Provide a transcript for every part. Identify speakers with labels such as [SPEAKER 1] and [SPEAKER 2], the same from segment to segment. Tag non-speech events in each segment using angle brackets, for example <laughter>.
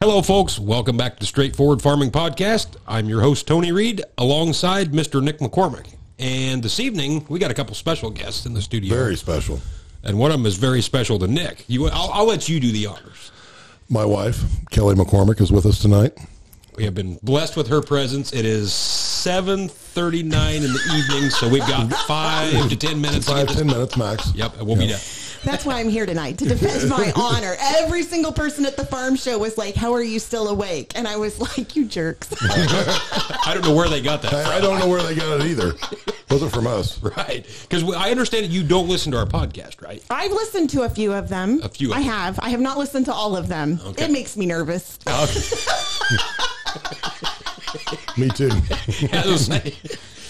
[SPEAKER 1] Hello, folks. Welcome back to Straightforward Farming Podcast. I'm your host, Tony Reed, alongside Mr. Nick McCormick. And this evening, we got a couple special guests in the studio.
[SPEAKER 2] Very special.
[SPEAKER 1] And one of them is very special to Nick. You, I'll, I'll let you do the honors.
[SPEAKER 2] My wife, Kelly McCormick, is with us tonight.
[SPEAKER 1] We have been blessed with her presence. It is 7.39 in the evening, so we've
[SPEAKER 2] <laughs>
[SPEAKER 1] got five to ten minutes. to get
[SPEAKER 2] Five,
[SPEAKER 1] this-
[SPEAKER 2] ten minutes max.
[SPEAKER 1] Yep, and we'll be done.
[SPEAKER 3] That's why I'm here tonight to
[SPEAKER 1] <laughs>
[SPEAKER 3] defend my honor. Every single person at the farm show was like, "How are you still awake?" And I was like, "You
[SPEAKER 1] <laughs>
[SPEAKER 3] jerks."
[SPEAKER 1] I don't know where they
[SPEAKER 2] <laughs>
[SPEAKER 1] got that from.
[SPEAKER 2] I, I don't know where they got it either. Wasn't from us.
[SPEAKER 1] Right. Because I understand that you don't listen to our podcast, right?
[SPEAKER 3] I've listened to a few of them.
[SPEAKER 1] A few of
[SPEAKER 3] I
[SPEAKER 1] them.
[SPEAKER 3] have. I have not listened to all of them.
[SPEAKER 1] Okay.
[SPEAKER 3] It makes me nervous.
[SPEAKER 2] Me too.
[SPEAKER 1] As I was saying, <laughs>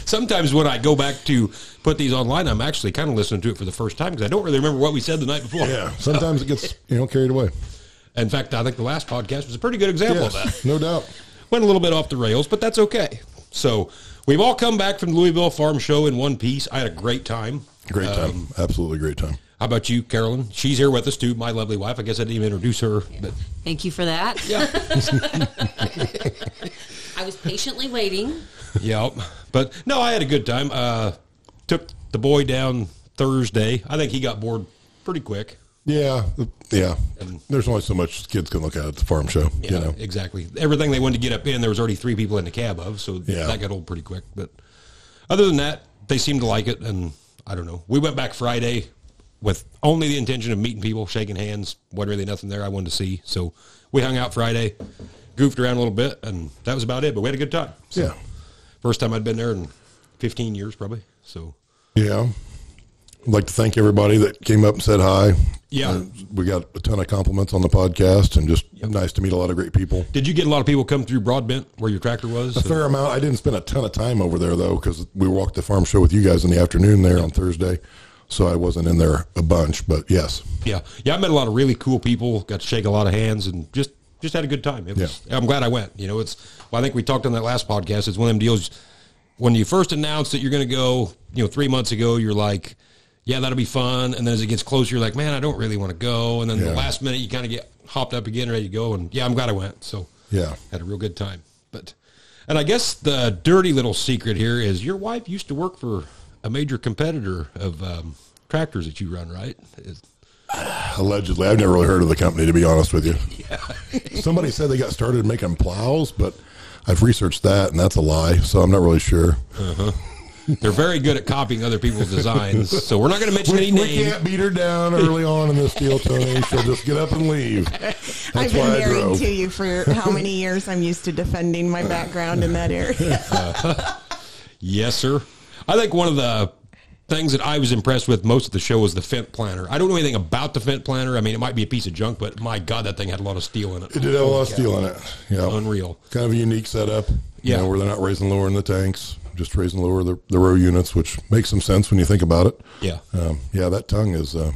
[SPEAKER 1] Sometimes when I go back to put these online, I'm actually kind of listening to it for the first time because I don't really remember what we said the night before.
[SPEAKER 2] Yeah. Sometimes it gets you know carried away.
[SPEAKER 1] In fact, I think the last podcast was a pretty good example of that.
[SPEAKER 2] Yes, no doubt.
[SPEAKER 1] Went a little bit off the rails, but that's okay. So we've all come back from the Louisville Farm Show in one piece. I had a great time.
[SPEAKER 2] Great time. Absolutely great time.
[SPEAKER 1] How about you, Carolyn? She's here with us too, my lovely wife. I guess I didn't even introduce her, but
[SPEAKER 4] Thank you for that.
[SPEAKER 1] yeah.
[SPEAKER 4] I was
[SPEAKER 3] <laughs>
[SPEAKER 4] patiently waiting.
[SPEAKER 1] <laughs> Yep. But no, I had a good time. Uh, took the boy down Thursday. I think he got bored pretty quick.
[SPEAKER 2] Yeah. Yeah. There's only so much kids can look at at the farm show. You know.
[SPEAKER 1] exactly. Everything they wanted to get up in, there was already three people in the cab of, so
[SPEAKER 2] Yeah.
[SPEAKER 1] that got old pretty quick. But other than that, they seemed to like it, and I don't know. We went back Friday with only the intention of meeting people, shaking hands. wasn't really nothing there I wanted to see, so we hung out Friday, goofed around a little bit, and that was about it. But we had a good time. So
[SPEAKER 2] Yeah.
[SPEAKER 1] First time I'd been there in 15 years, probably. So
[SPEAKER 2] Yeah. I'd like to thank everybody that came up and said hi. Uh,
[SPEAKER 1] Yeah.
[SPEAKER 2] we got a ton of compliments on the podcast and just nice to meet a lot of great people.
[SPEAKER 1] Did you get a lot of people come through Broadbent where your tractor was?
[SPEAKER 2] A fair amount. I didn't spend a ton of time over there though, because we walked the farm show with you guys in the afternoon there on Thursday, so I wasn't in there a bunch. But yes,
[SPEAKER 1] yeah, yeah. I met a lot of really cool people. Got to shake a lot of hands and just just had a good time. It was, I'm glad I went. You know, it's. Well, I think we talked on that last podcast. It's one of them deals. When you first announce that you're going to go, you know, three months ago, you're like, "Yeah, that'll be fun." And then as it gets closer, you're like, "Man, I don't really want to go." And then the
[SPEAKER 2] Yeah.
[SPEAKER 1] last minute, you kind of get hopped up again, ready to go. And yeah, I'm glad I went. So
[SPEAKER 2] Yeah.
[SPEAKER 1] had a real good time. But and I guess the dirty little secret here is your wife used to work for a major competitor of um, tractors that you run, right? Is-
[SPEAKER 2] allegedly, I've never really heard of the company to be honest with you.
[SPEAKER 3] <laughs>
[SPEAKER 2] Somebody said they got started making plows, but I've researched that and that's a lie, so I'm not really sure.
[SPEAKER 3] Uh-huh.
[SPEAKER 1] They're very good at copying other people's designs, so we're not going to mention any
[SPEAKER 2] We, we
[SPEAKER 1] name.
[SPEAKER 2] can't beat her down early on in this deal, Tony. She'll just get up and
[SPEAKER 3] <laughs>
[SPEAKER 2] leave. That's
[SPEAKER 3] I've been
[SPEAKER 2] why I
[SPEAKER 3] married
[SPEAKER 2] drove.
[SPEAKER 3] to you for how many years? I'm used to defending my background in
[SPEAKER 1] <laughs>
[SPEAKER 3] that area.
[SPEAKER 1] Yes, sir. I think one of the things that I was impressed with most of the show was the Fent planner. I don't know anything about the Fent planner. I mean, it might be a piece of junk, but my God, that thing had a lot of steel in
[SPEAKER 2] It
[SPEAKER 1] it.
[SPEAKER 2] did have a lot of steel in it. Yeah.
[SPEAKER 1] Unreal.
[SPEAKER 2] Kind of a unique setup.
[SPEAKER 1] Yeah.
[SPEAKER 2] You know, where they're not raising lower in the tanks, just raising lower the, the row units, which makes some sense when you think about it.
[SPEAKER 1] Yeah.
[SPEAKER 2] Um, yeah, that tongue is, uh,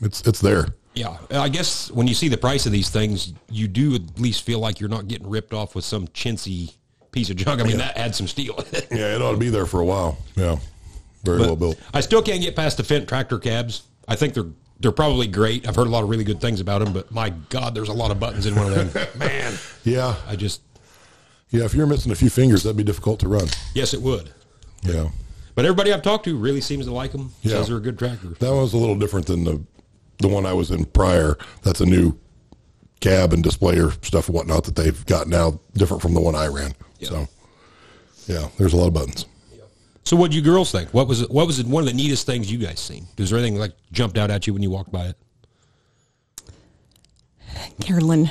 [SPEAKER 2] it's, it's there.
[SPEAKER 1] Yeah, and I guess when you see the price of these things, you do at least feel like you're not getting ripped off with some chintzy piece of junk. I mean, that had some steel. in it.
[SPEAKER 2] Yeah, it ought to be there for a while. Yeah. Very well built.
[SPEAKER 1] I still can't get past the Fent tractor cabs. I think they're they're probably great. I've heard a lot of really good things about them, but my God, there's a lot of buttons in one of them. Man,
[SPEAKER 2] Yeah.
[SPEAKER 1] I just
[SPEAKER 2] Yeah. If you're missing a few fingers, that'd be difficult to run.
[SPEAKER 1] yes, it would.
[SPEAKER 2] Yeah.
[SPEAKER 1] But everybody I've talked to really seems to like them.
[SPEAKER 2] Yeah.
[SPEAKER 1] Says they're a good tractor.
[SPEAKER 2] That one's a little different than the, the one I was in prior. That's a new cab and displayer stuff and whatnot that they've got now different from the one I ran.
[SPEAKER 1] Yeah.
[SPEAKER 2] So yeah, there's a lot of buttons.
[SPEAKER 1] So, what do you girls think? What was it, what was it, one of the neatest things you guys seen? Was there anything like jumped out at you when you walked by it?
[SPEAKER 3] Carolyn,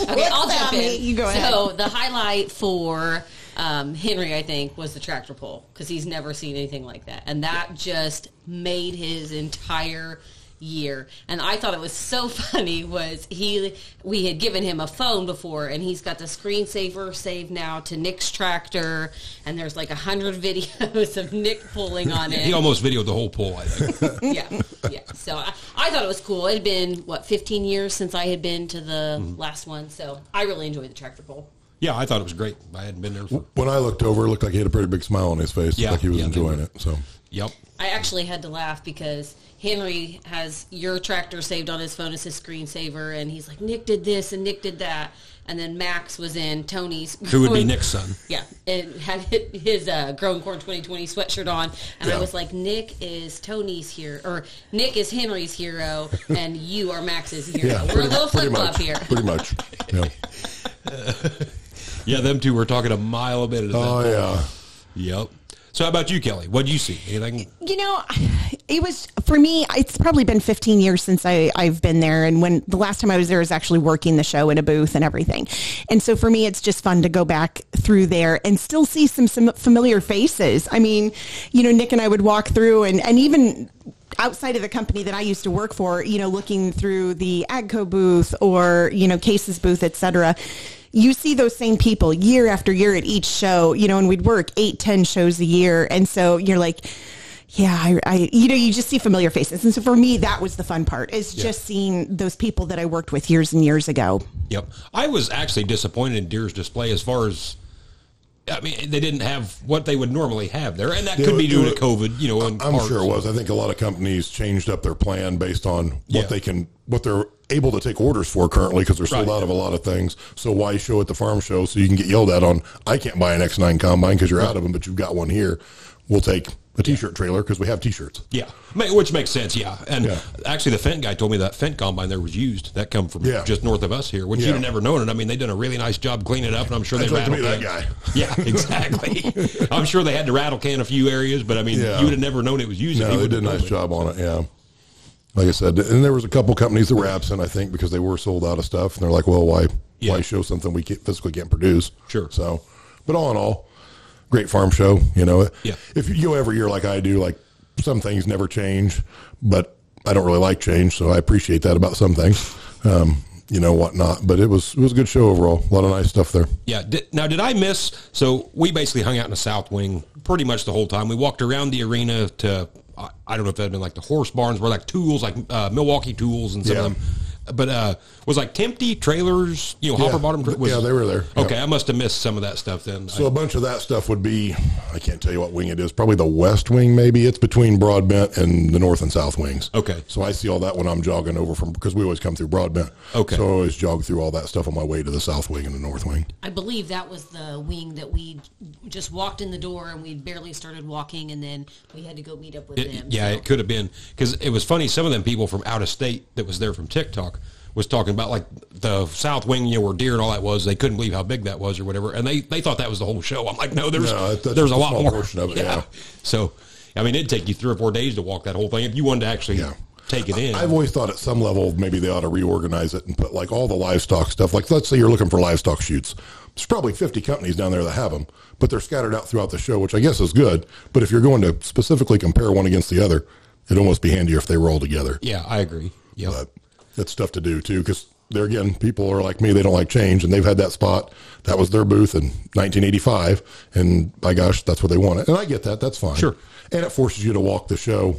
[SPEAKER 4] Okay, I'll
[SPEAKER 3] at
[SPEAKER 4] jump
[SPEAKER 3] me.
[SPEAKER 4] in.
[SPEAKER 3] You go
[SPEAKER 4] So the highlight for um, Henry, I think, was the tractor pull because he's never seen anything like that, and that just made his entire year. And I thought it was so <laughs> funny was he we had given him a phone before, and he's got the screensaver saved now to Nick's tractor, and there's like a hundred <laughs> videos of Nick pulling on it.
[SPEAKER 1] He almost videoed the whole pool. I think. <laughs>
[SPEAKER 4] yeah, yeah. So I, I thought it was cool. It
[SPEAKER 2] Mm-hmm.
[SPEAKER 4] had been what 15 years since I had been to the last one, so I really enjoyed the tractor pull.
[SPEAKER 1] Yeah, I thought it was great. I hadn't been there. For,
[SPEAKER 2] When I looked over, it looked like he had a pretty big smile on his face,
[SPEAKER 1] Yeah,
[SPEAKER 2] like he was
[SPEAKER 1] yeah, they
[SPEAKER 2] enjoying
[SPEAKER 1] were.
[SPEAKER 2] it. So
[SPEAKER 1] yep.
[SPEAKER 4] I actually had to laugh because Henry has your tractor saved on his phone as his screensaver, and he's like, Nick did this and Nick did that. And then Max was in Tony's.
[SPEAKER 1] Who would be
[SPEAKER 4] growing-
[SPEAKER 1] Nick's son?
[SPEAKER 4] <laughs> Yeah, and had his uh, Growing Corn 2020 sweatshirt on. And
[SPEAKER 2] Yeah.
[SPEAKER 4] I was like, Nick is Tony's hero, or Nick is Henry's
[SPEAKER 2] <laughs>
[SPEAKER 4] hero, and you are Max's hero.
[SPEAKER 2] yeah,
[SPEAKER 4] We're a
[SPEAKER 2] pretty,
[SPEAKER 4] little
[SPEAKER 2] pretty
[SPEAKER 4] flip flop
[SPEAKER 2] much,
[SPEAKER 4] here.
[SPEAKER 2] pretty
[SPEAKER 1] <laughs>
[SPEAKER 2] much. Yeah.
[SPEAKER 1] Yeah, them two were talking a mile a minute.
[SPEAKER 2] Oh yeah.
[SPEAKER 1] Yep. So how about you, Kelly? What'd you see? Anything?
[SPEAKER 3] You know, it was for me. It's probably been 15 years since I, I've been there, and when the last time I was there was actually working the show in a booth and everything. And so for me, it's just fun to go back through there and still see some some familiar faces. I mean, you know, Nick and I would walk through, and and even outside of the company that I used to work for, you know, looking through the Agco booth or you know Cases booth, et cetera. You see those same people year after year at each show, you know, and we'd work eight, ten shows a year. And so you're like, yeah, I, I, you know, you just see familiar faces. And so for me, that was the fun part is just seeing those people that I worked with years and years ago.
[SPEAKER 1] Yep. I was actually disappointed in Deer's display as far as. I mean, they didn't have what they would normally have there, and that
[SPEAKER 2] Yeah,
[SPEAKER 1] could be
[SPEAKER 2] it
[SPEAKER 1] due
[SPEAKER 2] was-
[SPEAKER 1] to COVID. You know, and
[SPEAKER 2] I'm
[SPEAKER 1] parts.
[SPEAKER 2] sure it was. I think a lot of companies changed up their plan based on what
[SPEAKER 1] Yeah.
[SPEAKER 2] they can, what they're able to take orders for currently because they're sold
[SPEAKER 1] Right.
[SPEAKER 2] out of a lot of things. So why show at the farm show so you can get yelled at on? I can't buy an X9 combine because you're out of them, but you've got one here. We'll take a T-shirt trailer because we have T-shirts.
[SPEAKER 1] Yeah, Ma- which makes sense. Yeah, and
[SPEAKER 2] Yeah.
[SPEAKER 1] actually, the Fent guy told me that Fent combine there was used. That come from
[SPEAKER 2] Yeah.
[SPEAKER 1] just north of us here, which
[SPEAKER 2] Yeah.
[SPEAKER 1] you'd have never known it. I mean, they did a really nice job cleaning it up, and I'm sure
[SPEAKER 2] I'd
[SPEAKER 1] they
[SPEAKER 2] like to
[SPEAKER 1] rattle
[SPEAKER 2] be that
[SPEAKER 1] canned-
[SPEAKER 2] guy.
[SPEAKER 1] Yeah, <laughs> exactly.
[SPEAKER 2] <laughs>
[SPEAKER 1] I'm sure they had to rattle can a few areas, but I mean,
[SPEAKER 2] Yeah.
[SPEAKER 1] you would have never known it was used. if
[SPEAKER 2] No,
[SPEAKER 1] he
[SPEAKER 2] they
[SPEAKER 1] wouldn't
[SPEAKER 2] did a
[SPEAKER 1] have
[SPEAKER 2] nice
[SPEAKER 1] told
[SPEAKER 2] job on it. Yeah. Like I said, and there was a couple companies that were absent, I think, because they were sold out of stuff, and they're like, "Well, why,
[SPEAKER 1] Yeah.
[SPEAKER 2] why show something we can't, physically can't produce?"
[SPEAKER 1] Sure.
[SPEAKER 2] So, but all in all, great farm show. You know,
[SPEAKER 1] Yeah.
[SPEAKER 2] If you go every year like I do, like some things never change, but I don't really like change, so I appreciate that about some things, um, you know, whatnot. But it was it was a good show overall. A lot of nice stuff there.
[SPEAKER 1] Yeah. Did, now, did I miss? So we basically hung out in the south wing pretty much the whole time. We walked around the arena to I, I don't know if that'd been like the horse barns, were like tools, like uh, Milwaukee tools, and some
[SPEAKER 2] Yeah.
[SPEAKER 1] of them. But uh, was like Tempty trailers, you know, hopper bottom. tra- Was,
[SPEAKER 2] yeah, they were there. Yeah.
[SPEAKER 1] Okay, I must have missed some of that stuff then.
[SPEAKER 2] So a bunch of that stuff would be, I can't tell you what wing it is, probably the west wing maybe. It's between Broadbent and the north and south wings.
[SPEAKER 1] Okay.
[SPEAKER 2] So I see all that when I'm jogging over from, because we always come through Broadbent.
[SPEAKER 1] Okay.
[SPEAKER 2] So I always jog through all that stuff on my way to the south wing and the north wing.
[SPEAKER 4] I believe that was the wing that we just walked in the door and we barely started walking, and then we had to go meet up with
[SPEAKER 1] It-
[SPEAKER 4] them.
[SPEAKER 1] yeah, it could have been because it was funny. Some of them people from out of state that was there from TikTok was talking about like the South Wing, you know, where deer and all that was. They couldn't believe how big that was or whatever, and they they thought that was the whole show. I'm like, no, there's
[SPEAKER 2] No, that- that's
[SPEAKER 1] there's a
[SPEAKER 2] a
[SPEAKER 1] lot
[SPEAKER 2] small
[SPEAKER 1] more.
[SPEAKER 2] portion
[SPEAKER 1] <laughs>
[SPEAKER 2] of it, yeah.
[SPEAKER 1] So, I mean, it'd take you three or four days to walk that whole thing if you wanted to actually
[SPEAKER 2] Yeah.
[SPEAKER 1] take it in.
[SPEAKER 2] I've always thought at some level maybe they ought to reorganize it and put like all the livestock stuff. Like let's say you're looking for livestock shoots. There's probably 50 companies down there that have them, but they're scattered out throughout the show, which I guess is good. But if you're going to specifically compare one against the other, it'd almost be handier if they were all together.
[SPEAKER 1] yeah, I agree. Yep.
[SPEAKER 2] but that's tough to do too because there again people are like me they don't like change and they've had that spot that was their booth in 1985 and by gosh that's what they wanted and i get that that's fine
[SPEAKER 1] Sure.
[SPEAKER 2] and it forces you to walk the show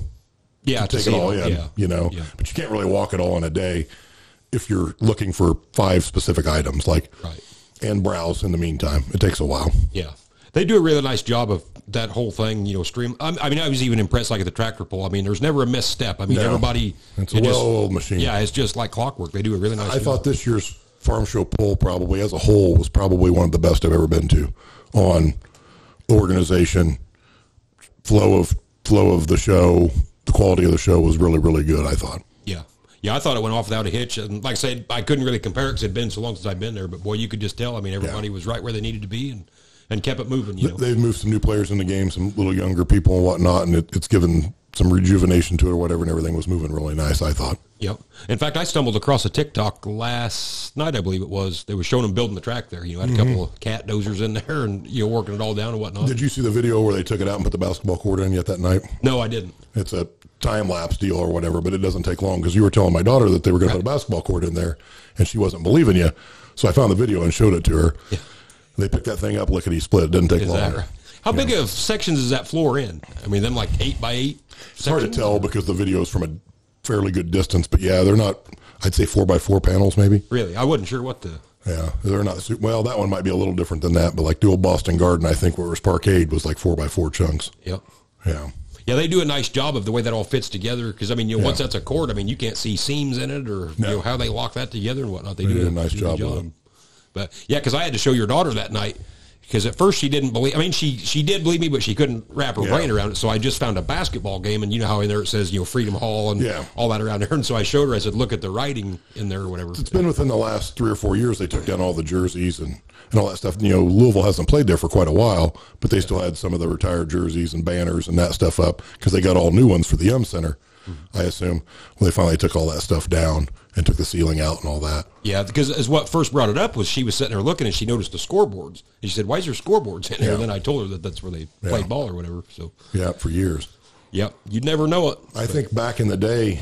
[SPEAKER 1] yeah, to
[SPEAKER 2] take
[SPEAKER 1] see
[SPEAKER 2] it all
[SPEAKER 1] it,
[SPEAKER 2] in you know
[SPEAKER 1] Yeah.
[SPEAKER 2] but you can't really walk it all in a day if you're looking for five specific items like
[SPEAKER 1] Right.
[SPEAKER 2] and browse in the meantime it takes a while
[SPEAKER 1] Yeah, they do a really nice job of that whole thing. You know, stream. I, I mean, I was even impressed, like at the tractor pull. I mean, there's never a misstep. I mean,
[SPEAKER 2] No.
[SPEAKER 1] everybody.
[SPEAKER 2] It's
[SPEAKER 1] it
[SPEAKER 2] a
[SPEAKER 1] just-
[SPEAKER 2] well-oiled machine.
[SPEAKER 1] Yeah, it's just like clockwork. They do a really nice.
[SPEAKER 2] I thought this year's farm show poll probably as a whole was probably one of the best I've ever been to on organization, flow of flow of the show, the quality of the show was really really good. I thought.
[SPEAKER 1] Yeah, yeah, I thought it went off without a hitch. And like I said, I couldn't really compare because it'd been so long since I'd been there. But boy, you could just tell. I mean, everybody was right where they needed to be and and kept it moving. You know,
[SPEAKER 2] They've moved some new players in the game, some little younger people and whatnot, and it, it's given some rejuvenation to it or whatever, and everything was moving really nice. I thought.
[SPEAKER 1] Yep. In fact, I stumbled across a TikTok last night, I believe it was. They were showing them building the track there. You know, had a couple of cat dozers in there and, you know, working it all down and whatnot.
[SPEAKER 2] Mm-hmm. Did you see the video where they took it out and put the basketball court in yet that night?
[SPEAKER 1] no, I didn't.
[SPEAKER 2] it's a time lapse deal or whatever, but it doesn't take long because you were telling my daughter that they were going to put a basketball court in there, and she wasn't believing you. So I found the video and showed it to her.
[SPEAKER 1] Yeah.
[SPEAKER 2] They picked that thing up, lickety split. It didn't take
[SPEAKER 1] Is
[SPEAKER 2] long.
[SPEAKER 1] that right? How big of sections is that floor in? I mean, them like eight by eight.
[SPEAKER 2] It's hard to tell because the video is from a fairly good distance, but yeah, they're not. I'd say four by four panels, maybe.
[SPEAKER 1] Really, I wasn't sure what the.
[SPEAKER 2] Yeah, they're not. su- Well, that one might be a little different than that, but like dual Boston Garden, I think where it was parkade was like four by four chunks.
[SPEAKER 1] Yep.
[SPEAKER 2] Yeah,
[SPEAKER 1] Yeah, they do a nice job of the way that all fits together. Because I mean, you know, once
[SPEAKER 2] Yeah.
[SPEAKER 1] that's a cord, I mean, you can't see seams in it or you know how they lock that together and whatnot. They, do
[SPEAKER 2] did a nice
[SPEAKER 1] do
[SPEAKER 2] job with it.
[SPEAKER 1] But yeah, because I had to show your daughter that night because at first she didn't believe. I mean, she she did believe me, but she couldn't wrap her
[SPEAKER 2] Yeah.
[SPEAKER 1] brain around it. So I just found a basketball game, and you know how in there it says you know Freedom Hall and
[SPEAKER 2] Yeah.
[SPEAKER 1] all that around there. And so I showed her. I said, "Look at the writing in there or whatever."
[SPEAKER 2] it's been within the last three or four years they took down all the jerseys and and all that stuff. You know, Louisville hasn't played there for quite a while, but they still had some of the retired jerseys and banners and that stuff up because they got all new ones for the Yum Center. I assume. Well, they finally took all that stuff down and took the ceiling out and all that.
[SPEAKER 1] Yeah, because as what first brought it up was she was sitting there looking and she noticed the scoreboards and she said, "Why is there scoreboards in there?"
[SPEAKER 2] Yeah.
[SPEAKER 1] And then I told her that that's where they
[SPEAKER 2] Yeah.
[SPEAKER 1] played ball or whatever. So,
[SPEAKER 2] Yeah, for years.
[SPEAKER 1] yep, you'd never know it.
[SPEAKER 2] I think back in the day,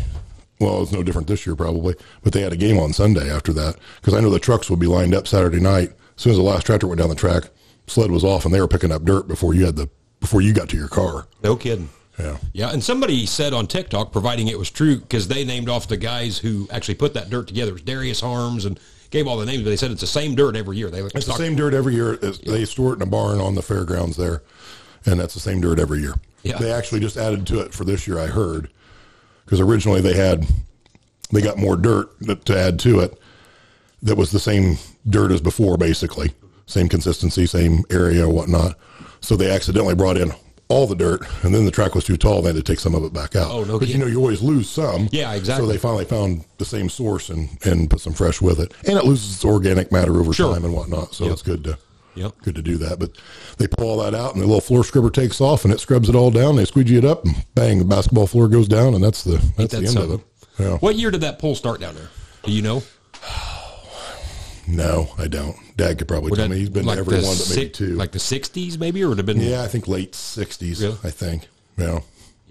[SPEAKER 2] well, it's no different this year probably, but they had a game on Sunday after that because I know the trucks would be lined up Saturday night. As soon as the last tractor went down the track, sled was off and they were picking up dirt before you had the before you got to your car.
[SPEAKER 1] No kidding.
[SPEAKER 2] Yeah.
[SPEAKER 1] Yeah, and somebody said on TikTok, providing it was true, because they named off the guys who actually put that dirt together. It was Darius Harms and gave all the names, but they said it's the same dirt every year. They
[SPEAKER 2] It's the same dirt every year. It's, They store it in a barn on the fairgrounds there, and that's the same dirt every year.
[SPEAKER 1] Yeah.
[SPEAKER 2] They actually just added to it for this year, I heard, because originally they had they got more dirt to- to add to it that was the same dirt as before, basically same consistency, same area, whatnot. So they accidentally brought in all the dirt, and then the track was too tall. They had to take some of it back out.
[SPEAKER 1] Oh, no
[SPEAKER 2] But you
[SPEAKER 1] kidding.
[SPEAKER 2] know, you always lose some.
[SPEAKER 1] Yeah, exactly.
[SPEAKER 2] So they finally found the same source and and put some fresh with it, and it loses its organic matter over
[SPEAKER 1] Sure.
[SPEAKER 2] time and whatnot. So
[SPEAKER 1] Yep.
[SPEAKER 2] it's good to
[SPEAKER 1] Yep.
[SPEAKER 2] good to do that. But they pull all that out, and the little floor scrubber takes off, and it scrubs it all down. They squeegee it up, and bang, the basketball floor goes down, and that's the that's the end of it. Yeah.
[SPEAKER 1] What year did that poll start down there? Do you know?
[SPEAKER 2] No, I don't. Dad could probably
[SPEAKER 1] Would
[SPEAKER 2] tell
[SPEAKER 1] that-
[SPEAKER 2] me. He's been
[SPEAKER 1] like
[SPEAKER 2] to every
[SPEAKER 1] the
[SPEAKER 2] one, but maybe
[SPEAKER 1] six-
[SPEAKER 2] two.
[SPEAKER 1] Like the 60s, maybe? Or would it have been, yeah.
[SPEAKER 2] yeah, I think late '60s.
[SPEAKER 1] Really?
[SPEAKER 2] I think. Yeah,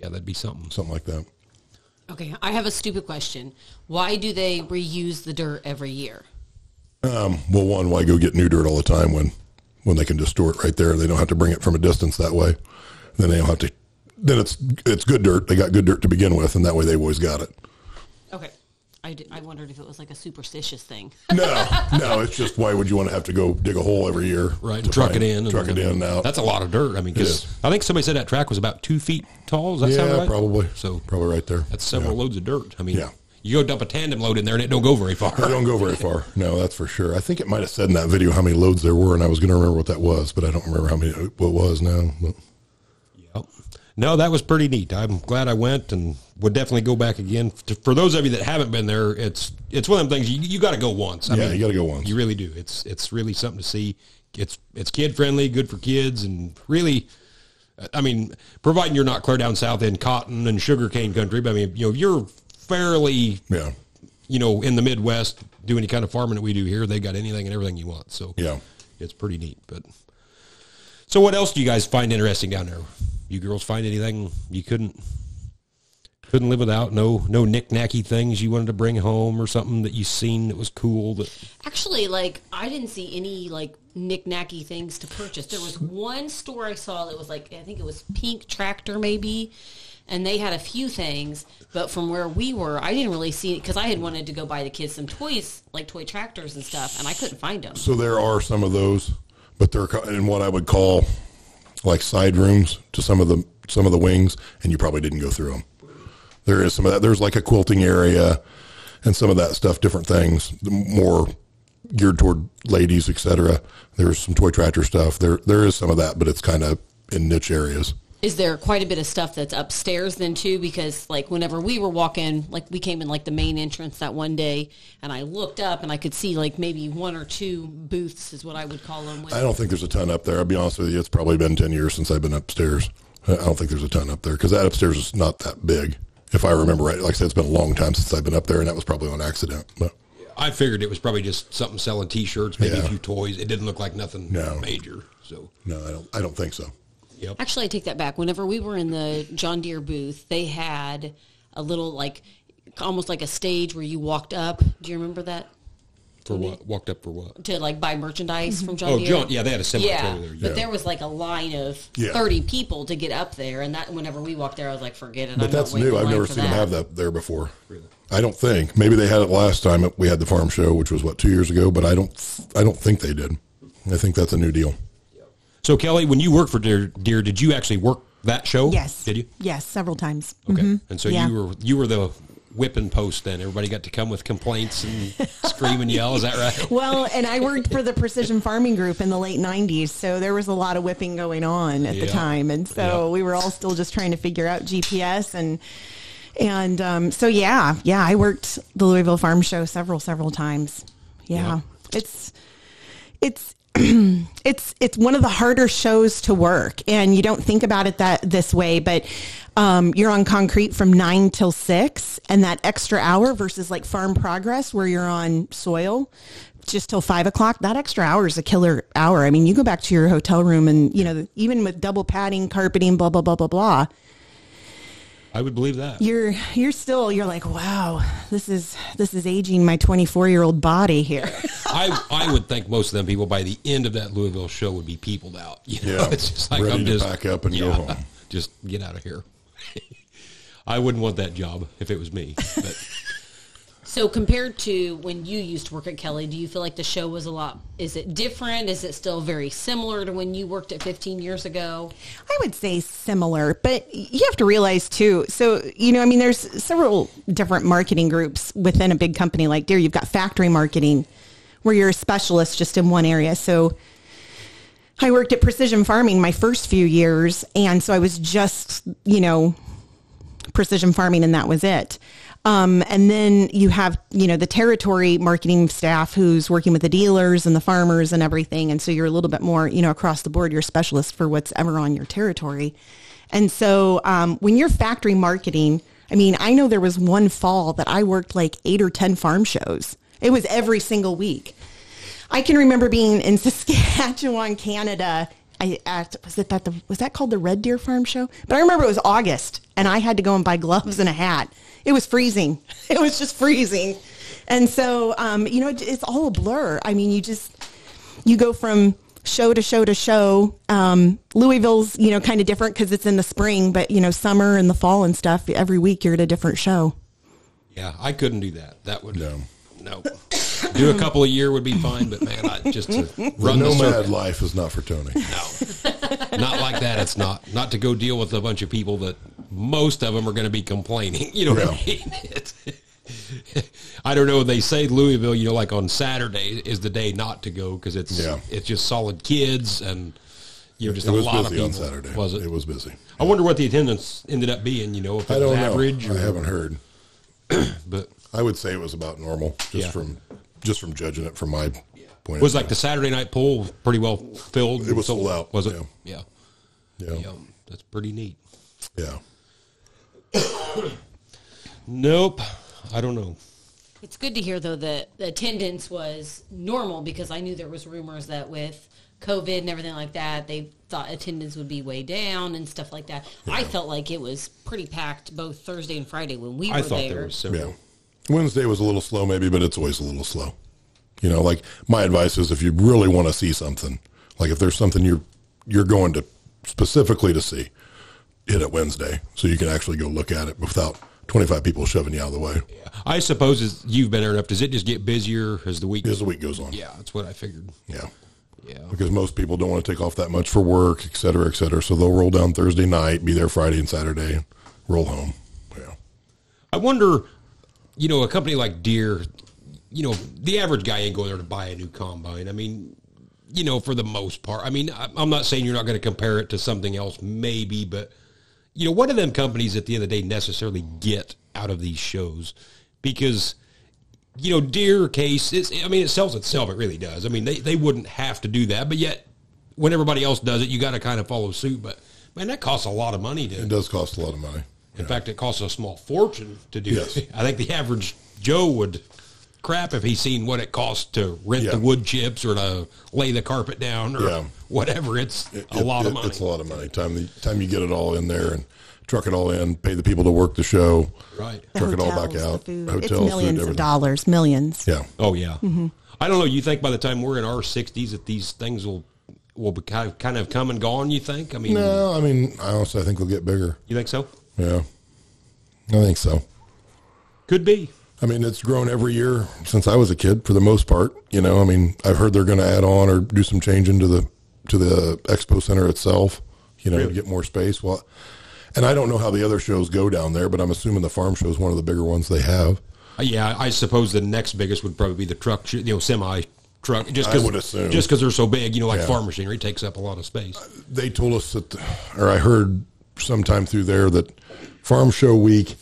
[SPEAKER 1] that'd be something.
[SPEAKER 2] something like that.
[SPEAKER 4] Okay, I have a stupid question. Why do they reuse the dirt every year?
[SPEAKER 2] Well, one, why go get new dirt all the time when when they can just store it right there? They don't have to bring it from a distance that way. Then they don't have to. Then it's it's good dirt. They got good dirt to begin with, and that way they've always got it.
[SPEAKER 4] Okay. I, did, I wondered if it was like a superstitious thing.
[SPEAKER 2] No, no, it's just why would you want to have to go dig a hole every year?
[SPEAKER 1] Right,
[SPEAKER 2] to
[SPEAKER 1] truck
[SPEAKER 2] find-
[SPEAKER 1] it in. and-
[SPEAKER 2] truck it in and out.
[SPEAKER 1] That's a lot of dirt. I mean,
[SPEAKER 2] It is.
[SPEAKER 1] because I think somebody said that track was about two feet tall. Does that
[SPEAKER 2] yeah,
[SPEAKER 1] sound right?
[SPEAKER 2] probably.
[SPEAKER 1] So
[SPEAKER 2] probably right there.
[SPEAKER 1] that's several loads of dirt. I mean,
[SPEAKER 2] Yeah.
[SPEAKER 1] you go dump a tandem load in there and it don't go very far.
[SPEAKER 2] I don't go very far. No, that's for sure. I think it might have said in that video how many loads there were, and I was going to remember what that was, but I don't remember how many what it was now. But
[SPEAKER 1] Yep. No, that was pretty neat. I'm glad I went and would definitely go back again. F- For those of you that haven't been there, it's it's one of them things you, you got to go once. I
[SPEAKER 2] Yeah, you gotta go once.
[SPEAKER 1] You really do. It's it's really something to see. It's it's kid friendly, good for kids, and really, I mean, providing you're not clear down south in cotton and sugarcane country. But I mean, you know, if you're fairly,
[SPEAKER 2] yeah,
[SPEAKER 1] you know, in the Midwest, do any kind of farming that we do here. They got anything and everything you want. So
[SPEAKER 2] Yeah.
[SPEAKER 1] it's pretty neat. But so, what else do you guys find interesting down there? You girls find anything you couldn't couldn't live without? No, no knick-knacky things you wanted to bring home or something that you seen that was cool. That
[SPEAKER 4] Actually, like I didn't see any like knickknacky things to purchase. There was one store I saw that was like I think it was Pink Tractor maybe, and they had a few things. But from where we were, I didn't really see because I had wanted to go buy the kids some toys like toy tractors and stuff, and I couldn't find them.
[SPEAKER 2] so there are some of those, but they're co- in what I would call like side rooms to some of the some of the wings, and you probably didn't go through them. There is some of that. There's like a quilting area and some of that stuff, different things, the more geared toward ladies, etc. There's some toy tractor stuff. There there is some of that, but it's kind of in niche areas.
[SPEAKER 4] Is there quite a bit of stuff that's upstairs then too? Because like whenever we were walking, like we came in like the main entrance that one day, and I looked up and I could see like maybe one or two booths is what I would call them.
[SPEAKER 2] I don't think there's a ton up there. I'll be honest with you. It's probably been 10 years since I've been upstairs. I I don't think there's a ton up there because that upstairs is not that big. If I remember right, like I said, it's been a long time since I've been up there and that was probably on accident. But
[SPEAKER 1] I figured it was probably just something selling T-shirts, maybe
[SPEAKER 2] Yeah.
[SPEAKER 1] a few toys. It didn't look like nothing
[SPEAKER 2] No.
[SPEAKER 1] major. So
[SPEAKER 2] no, I don't, I don't think so.
[SPEAKER 1] yep.
[SPEAKER 4] Actually, I take that back. Whenever we were in the John Deere booth, they had a little like almost like a stage where you walked up. Do you remember that?
[SPEAKER 1] For what walked up for what?
[SPEAKER 4] To like buy merchandise from John
[SPEAKER 1] Oh,
[SPEAKER 4] Deere.
[SPEAKER 1] John. Yeah, they had a semi
[SPEAKER 4] Yeah,
[SPEAKER 1] trailer.
[SPEAKER 4] but there was like a line of
[SPEAKER 2] Yeah.
[SPEAKER 4] thirty people to get up there, and that whenever we walked there, I was like, "Forget it."
[SPEAKER 2] But
[SPEAKER 4] I'm
[SPEAKER 2] that's
[SPEAKER 4] not waiting
[SPEAKER 2] new.
[SPEAKER 4] in
[SPEAKER 2] I've
[SPEAKER 4] line
[SPEAKER 2] never
[SPEAKER 4] for
[SPEAKER 2] seen them have that there before. I don't think. Maybe they had it last time we had the farm show, which was what two years ago. But I don't. I don't think they did. I think that's a new deal.
[SPEAKER 1] So Kelly, when you worked for Deer, Deer did you actually work that show?
[SPEAKER 3] Yes.
[SPEAKER 1] Oh, Did you?
[SPEAKER 3] Yes, several times.
[SPEAKER 1] Okay.
[SPEAKER 3] Mhm.
[SPEAKER 1] And so
[SPEAKER 3] Yeah.
[SPEAKER 1] you were you were the whipping post then. Everybody got to come with complaints and <laughs> scream and yell. Is that right?
[SPEAKER 3] Well, and I worked for the Precision Farming Group in the late 90s, so there was a lot of whipping going on at
[SPEAKER 1] Yeah.
[SPEAKER 3] the time. And so
[SPEAKER 1] Yeah.
[SPEAKER 3] we were all still just trying to figure out GPS and and um, so yeah, yeah, I worked the Louisville Farm Show several several times.
[SPEAKER 1] Yeah.
[SPEAKER 3] Yeah. It's it's <clears throat> it's it's one of the harder shows to work and you don't think about it that this way but um, you're on concrete from nine till six and that extra hour versus like farm progress where you're on soil just till five o'clock that extra hour is a killer hour i mean you go back to your hotel room and you know even with double padding carpeting blah blah blah blah blah
[SPEAKER 1] I would believe that.
[SPEAKER 3] you're you're still you're like wow this is this is aging my 24 year old body here
[SPEAKER 1] <laughs>
[SPEAKER 3] <laughs>
[SPEAKER 1] I I would think most of them people by the end of that Louisville show would be peopled out. <laughs> You know,
[SPEAKER 2] Yeah.
[SPEAKER 1] it's just like
[SPEAKER 2] Ready
[SPEAKER 1] I'm
[SPEAKER 2] to
[SPEAKER 1] just
[SPEAKER 2] pack up and go home.
[SPEAKER 1] <laughs> Just get out of here. <laughs> I wouldn't want that job if it was me. <laughs> But
[SPEAKER 4] So compared to when you used to work at Kelly, do you feel like the show was a lot? Is it different? Is it still very similar to when you worked at 15 years ago?
[SPEAKER 3] I would say similar, but you have to realize too. So, you know, I mean, there's several different marketing groups within a big company like Deere. You've got factory marketing where you're a specialist just in one area. So I worked at precision farming my first few years. And so I was just, you know, precision farming and that was it. Um, and then you have, you know, the territory marketing staff who's working with the dealers and the farmers and everything. And so you're a little bit more, you know, across the board, you're a specialist for what's ever on your territory. And so um, when you're factory marketing, I mean, I know there was one fall that I worked like eight or 10 farm shows. It was every single week. I can remember being in <laughs> Saskatchewan, Canada. I at was it that the was that called the Red Deer Farm Show? But I remember it was August, and I had to go and buy gloves and a hat. It was freezing. <laughs> It was just freezing, and so um, you know it, it's all a blur. I mean, you just you go from show to show to show. Um, Louisville's you know kind of different because it's in the spring, but you know summer and the fall and stuff. Every week you're at a different show.
[SPEAKER 1] yeah, I couldn't do that. That would
[SPEAKER 2] No.
[SPEAKER 1] no. Do a couple a year would be fine, but man, I just to run
[SPEAKER 2] <laughs> the
[SPEAKER 1] the
[SPEAKER 2] nomad
[SPEAKER 1] circuit.
[SPEAKER 2] life is not for
[SPEAKER 1] <laughs>
[SPEAKER 2] Tony.
[SPEAKER 1] No, not like that. It's not not to go deal with a bunch of people that most of them are going to be complaining. <laughs> You know what I
[SPEAKER 2] Yeah.
[SPEAKER 1] mean? It's, <laughs> I don't know. They say Louisville, you know, like on Saturday is the day not to go because it's
[SPEAKER 2] Yeah.
[SPEAKER 1] it's just solid kids and you know just
[SPEAKER 2] It
[SPEAKER 1] a
[SPEAKER 2] was
[SPEAKER 1] lot of
[SPEAKER 2] busy
[SPEAKER 1] people.
[SPEAKER 2] on Saturday.
[SPEAKER 1] Was it?
[SPEAKER 2] It was busy.
[SPEAKER 1] I wonder what the attendance ended up being. You know, if it
[SPEAKER 2] I don't
[SPEAKER 1] was
[SPEAKER 2] know.
[SPEAKER 1] average
[SPEAKER 2] I
[SPEAKER 1] or
[SPEAKER 2] haven't heard.
[SPEAKER 1] but
[SPEAKER 2] I would say it was about normal, just
[SPEAKER 1] Yeah.
[SPEAKER 2] from just from judging it from my point.
[SPEAKER 1] it was
[SPEAKER 2] of
[SPEAKER 1] like the Saturday night pool pretty well filled.
[SPEAKER 2] It was sold out,
[SPEAKER 1] Was it?
[SPEAKER 2] yeah.
[SPEAKER 1] Yeah.
[SPEAKER 2] view.
[SPEAKER 1] yeah. That's pretty neat.
[SPEAKER 2] yeah, yeah.
[SPEAKER 1] Nope. I don't know.
[SPEAKER 4] It's good to hear though that the attendance was normal because I knew there was rumors that with COVID and everything like that, they thought attendance would be way down and stuff like that. I felt like it was pretty packed both Thursday and Friday when we
[SPEAKER 1] I
[SPEAKER 4] were
[SPEAKER 1] thought
[SPEAKER 4] there.
[SPEAKER 1] there was several.
[SPEAKER 2] Yeah. Wednesday was a little slow, maybe, but it's always a little slow. You know, like my advice is if you really want to see something, like if there's something you're you're going to specifically to see, hit it Wednesday so you can actually go look at it without 25 people shoving you out of the way
[SPEAKER 1] I suppose as you've been there enough, does it just get busier as the week?
[SPEAKER 2] as the week goes on.
[SPEAKER 1] yeah, that's what I figured.
[SPEAKER 2] Yeah.
[SPEAKER 1] Yeah.
[SPEAKER 2] Because most people don't want to take off that much for work, et cetera, et cetera. So they'll roll down Thursday night, be there Friday and Saturday, roll home. Yeah.
[SPEAKER 1] I wonder, you know, a company like Deer, you know, the average guy ain't going there to buy a new combine. I mean, you know, for the most part. I mean, I- I'm not saying you're not going to compare it to something else, maybe, but you know, what do them companies at the end of the day necessarily get out of these shows? Because you know, Deer case, it's, I mean, it sells itself. It really does. I mean, they, they wouldn't have to do that, but yet, when everybody else does it, you got to kind of follow suit. But man, that costs a lot of money to
[SPEAKER 2] It does cost a lot of money.
[SPEAKER 1] in fact, it costs a small fortune to do
[SPEAKER 2] Yes.
[SPEAKER 1] it. <laughs> I think the average Joe would crap if he seen what it costs to rent
[SPEAKER 2] Yeah.
[SPEAKER 1] the wood chips or to lay the carpet down or
[SPEAKER 2] Yeah.
[SPEAKER 1] whatever. It's
[SPEAKER 2] It-
[SPEAKER 1] a
[SPEAKER 2] it-
[SPEAKER 1] lot of
[SPEAKER 2] it-
[SPEAKER 1] money.
[SPEAKER 2] It's a lot of money. Time the time you get it all in there and truck it all in, pay the people to work the show,
[SPEAKER 1] Right.
[SPEAKER 3] The
[SPEAKER 2] truck it all back
[SPEAKER 3] hotels, the
[SPEAKER 2] out,
[SPEAKER 3] food.
[SPEAKER 2] hotels,
[SPEAKER 3] it's
[SPEAKER 2] food,
[SPEAKER 3] millions
[SPEAKER 2] everything.
[SPEAKER 3] of dollars, millions.
[SPEAKER 2] Yeah,
[SPEAKER 1] Oh yeah. I don't know. You think by the time we're in our sixties that these things will will be kind of, kind of come and gone? You think? I mean,
[SPEAKER 2] no, I mean, I honestly, I think they'll get bigger.
[SPEAKER 1] you think so?
[SPEAKER 2] Yeah, I think so.
[SPEAKER 1] Could be.
[SPEAKER 2] I mean, it's grown every year since I was a kid for the most part. You know, I mean, I've heard they're going to add on or do some change into the to the expo center itself. You know, to get more space. Well, and I don't know how the other shows go down there, but I'm assuming the farm show is one of the bigger ones they have.
[SPEAKER 1] Uh, Yeah, I suppose the next biggest would probably be the truck, sh- you know, semi truck. Just
[SPEAKER 2] I
[SPEAKER 1] because
[SPEAKER 2] would assume.
[SPEAKER 1] just because they're so big, you know, like
[SPEAKER 2] Yeah.
[SPEAKER 1] farm machinery takes up a lot of space.
[SPEAKER 2] they told us that, or I heard sometime through there that Farm Show Week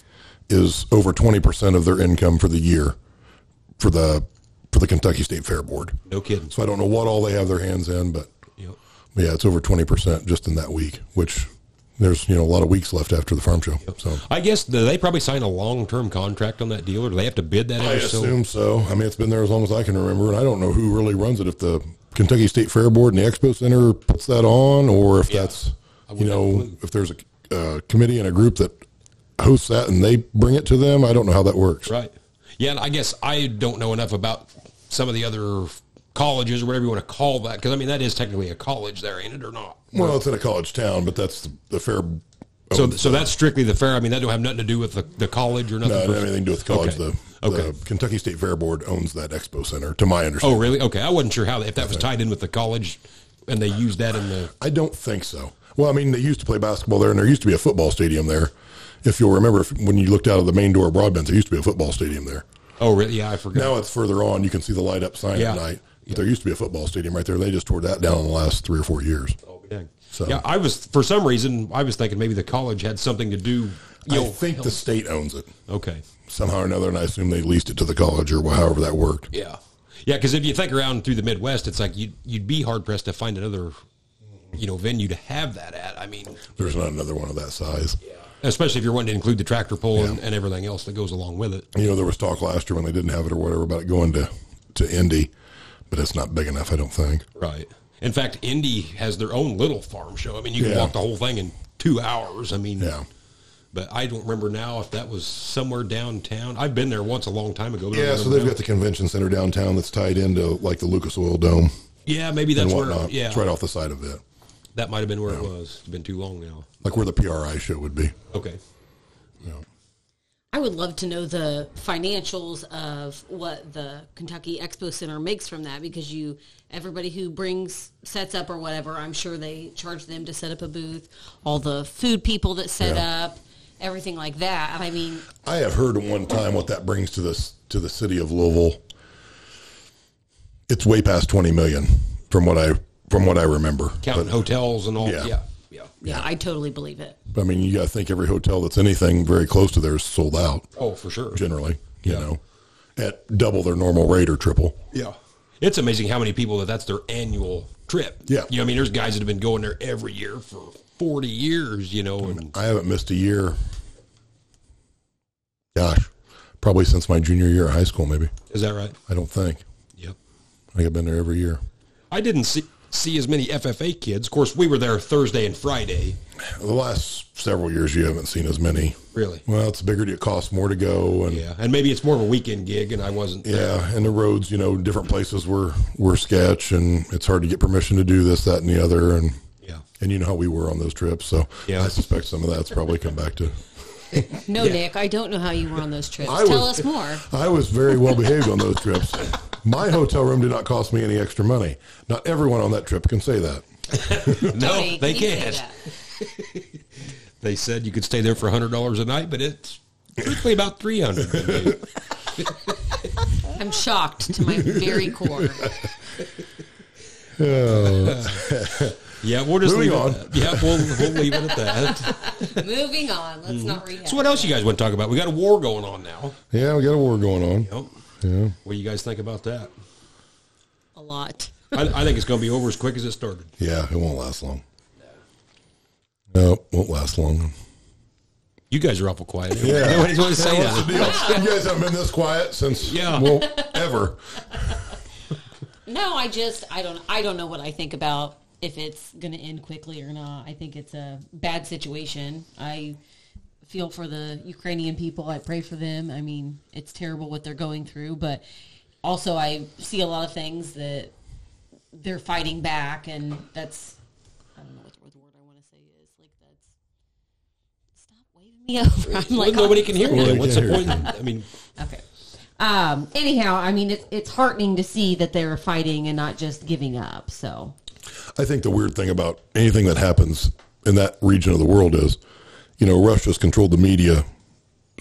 [SPEAKER 2] is over twenty percent of their income for the year for the for the Kentucky State Fair Board.
[SPEAKER 1] No kidding.
[SPEAKER 2] So I don't know what all they have their hands in, but
[SPEAKER 1] You know,
[SPEAKER 2] yeah, it's over twenty percent just in that week. Which there's you know a lot of weeks left after the farm show. So
[SPEAKER 1] I guess the, they probably sign a long term contract on that deal, or do they have to bid that.
[SPEAKER 2] I
[SPEAKER 1] every so-
[SPEAKER 2] assume so. I mean, it's been there as long as I can remember, and I don't know who really runs it. If the Kentucky State Fair Board and the Expo Center puts that on, or if that's you know if there's a uh, committee and a group that hosts that and they bring it to them. I don't know how that works.
[SPEAKER 1] Right. Yeah, and I guess I don't know enough about some of the other colleges or whatever you want to call that, because I mean that is technically a college there, ain't it, or not?
[SPEAKER 2] Well, it's in a college town, but that's the, the fair. Oh,
[SPEAKER 1] So, so that's strictly the fair. I mean, that don't have nothing to do with the, the college or nothing.
[SPEAKER 2] No, it
[SPEAKER 1] per-
[SPEAKER 2] had anything to do with college.
[SPEAKER 1] Okay.
[SPEAKER 2] The, the Kentucky State Fair Board owns that expo center, to my understanding.
[SPEAKER 1] Oh, really? Okay, I wasn't sure how if that was tied in with the college, and they used that in the.
[SPEAKER 2] I don't think so. Well, I mean, they used to play basketball there, and there used to be a football stadium there. If you'll remember, if, when you looked out of the main door of Broadbent, there used to be a football stadium there.
[SPEAKER 1] Oh, really? Yeah, I forgot.
[SPEAKER 2] Now it's further on; you can see the light up sign
[SPEAKER 1] Yeah.
[SPEAKER 2] at night. But there used to be a football stadium right there. They just tore that down in the last three or four years.
[SPEAKER 1] Dang.
[SPEAKER 2] So-
[SPEAKER 1] Yeah, I was for some reason I was thinking maybe the college had something to do. You
[SPEAKER 2] I
[SPEAKER 1] know,
[SPEAKER 2] think the state owns it
[SPEAKER 1] okay.
[SPEAKER 2] somehow or another, and I assume they leased it to the college or however that worked.
[SPEAKER 1] Yeah, yeah. Because if you think around through the Midwest, it's like you'd you'd be hard pressed to find another, you know, venue to have that at. I mean,
[SPEAKER 2] There's not another one of that size.
[SPEAKER 1] especially if you're wanting to include the tractor pull and, and everything else that goes along with it.
[SPEAKER 2] You know, there was talk last year when they didn't have it or whatever about it going to to Indy, but it's not big enough, I don't think.
[SPEAKER 1] Right. In fact, Indy has their own little farm show. I mean, you can
[SPEAKER 2] Yeah.
[SPEAKER 1] walk the whole thing in two hours. I mean,
[SPEAKER 2] Yeah.
[SPEAKER 1] But I don't remember now if that was somewhere downtown. I've been there once a long time ago. But I
[SPEAKER 2] Yeah,
[SPEAKER 1] don't
[SPEAKER 2] so
[SPEAKER 1] remember
[SPEAKER 2] they've
[SPEAKER 1] now.
[SPEAKER 2] got the convention center downtown that's tied into like the Lucas Oil Dome
[SPEAKER 1] Yeah, maybe
[SPEAKER 2] and
[SPEAKER 1] that's where.
[SPEAKER 2] whatnot.
[SPEAKER 1] Yeah,
[SPEAKER 2] It's right off the side of it,
[SPEAKER 1] that might have been where it was. It's been too long now.
[SPEAKER 2] like where the PRI show would be.
[SPEAKER 1] Okay.
[SPEAKER 4] I would love to know the financials of what the Kentucky Expo Center makes from that because you, everybody who brings sets up or whatever, I'm sure they charge them to set up a booth, all the food people that set
[SPEAKER 2] Yeah.
[SPEAKER 4] up, everything like that. I mean,
[SPEAKER 2] I have heard one time what that brings to this to the city of Louisville. It's way past twenty million from what I from what I remember.
[SPEAKER 1] Counting hotels and all.
[SPEAKER 2] Yeah.
[SPEAKER 1] Yeah. Yeah.
[SPEAKER 4] yeah, I totally believe it.
[SPEAKER 2] But, I mean, you got to think every hotel that's anything very close to there is sold out
[SPEAKER 1] Oh, for sure.
[SPEAKER 2] generally. You
[SPEAKER 1] Yeah.
[SPEAKER 2] know, at double their normal rate or triple.
[SPEAKER 1] Yeah. It's amazing how many people that that's their annual trip.
[SPEAKER 2] Yeah.
[SPEAKER 1] You know, I mean, there's guys that have been going there every year for 40 years, you know, and
[SPEAKER 2] I haven't missed a year. Gosh, probably since my junior year of high school, maybe.
[SPEAKER 1] is that right?
[SPEAKER 2] I don't think.
[SPEAKER 1] Yep.
[SPEAKER 2] I think I've been there every year.
[SPEAKER 1] I didn't see see as many FFA kids. Of course, we were there Thursday and Friday.
[SPEAKER 2] The last several years, you haven't seen as many.
[SPEAKER 1] Really?
[SPEAKER 2] Well, it's bigger. It costs more to go, and yeah,
[SPEAKER 1] Yeah. And maybe it's more of a weekend gig, and I wasn't. there.
[SPEAKER 2] and the roads, you know, different places were were sketch, and it's hard to get permission to do this, that, and the other, and
[SPEAKER 1] Yeah.
[SPEAKER 2] and you know how we were on those trips, so
[SPEAKER 1] Yeah.
[SPEAKER 2] I suspect some of that's probably come back to.
[SPEAKER 4] No, Nick, I don't know how you were on those trips.
[SPEAKER 2] I
[SPEAKER 4] Tell
[SPEAKER 2] was- <laughs>
[SPEAKER 4] us more.
[SPEAKER 2] I was very well behaved on those trips. My hotel room did not cost me any extra money. Not everyone on that trip can say that.
[SPEAKER 1] No,
[SPEAKER 4] Tony,
[SPEAKER 1] Oh, they
[SPEAKER 4] you say
[SPEAKER 1] can't.
[SPEAKER 4] that.
[SPEAKER 1] They said you could stay there for $100 a night, but it's truthfully about
[SPEAKER 2] <laughs>
[SPEAKER 1] 300
[SPEAKER 4] I'm shocked to my
[SPEAKER 1] <laughs>
[SPEAKER 4] very core.
[SPEAKER 1] Yeah, we'll just
[SPEAKER 2] Moving
[SPEAKER 1] leave
[SPEAKER 2] on.
[SPEAKER 1] it at that. Yeah, we'll, we'll leave it at that.
[SPEAKER 4] Moving on, let's
[SPEAKER 2] Hmm.
[SPEAKER 4] not rehash.
[SPEAKER 1] So, what else you guys want to talk about? We got a war going on now.
[SPEAKER 2] Yeah, we got a war going on.
[SPEAKER 1] Yep.
[SPEAKER 2] Yeah.
[SPEAKER 1] What do you guys think about that?
[SPEAKER 4] A lot.
[SPEAKER 1] I, I think it's going to be over as quick as it started.
[SPEAKER 2] Yeah, it won't last long. No, it won't last long.
[SPEAKER 1] You guys are awful quiet. <laughs>
[SPEAKER 2] Yeah.
[SPEAKER 1] Nobody's going to say
[SPEAKER 2] What's
[SPEAKER 1] that. <laughs>
[SPEAKER 2] the deal? You guys haven't been this quiet since
[SPEAKER 1] Yeah.
[SPEAKER 2] well ever.
[SPEAKER 4] No, I just I don't I don't know what I think about if it's going to end quickly or not. I think it's a bad situation. I feel for the Ukrainian people. I pray for them. I mean, it's terrible what they're going through, but also I see a lot of things that they're fighting back and that's I don't know what the what the word I want to say is. Like that's stop waving me <laughs> over. I'm
[SPEAKER 1] Well,
[SPEAKER 4] like
[SPEAKER 1] nobody can hear
[SPEAKER 2] Well,
[SPEAKER 1] you.
[SPEAKER 2] they
[SPEAKER 1] What's the
[SPEAKER 2] can't
[SPEAKER 1] point? I mean,
[SPEAKER 4] Okay.
[SPEAKER 5] Um, anyhow, I mean, it's, it's heartening to see that they're fighting and not just giving up. So,
[SPEAKER 2] I think the weird thing about anything that happens in that region of the world is, you know, Russia's controlled the media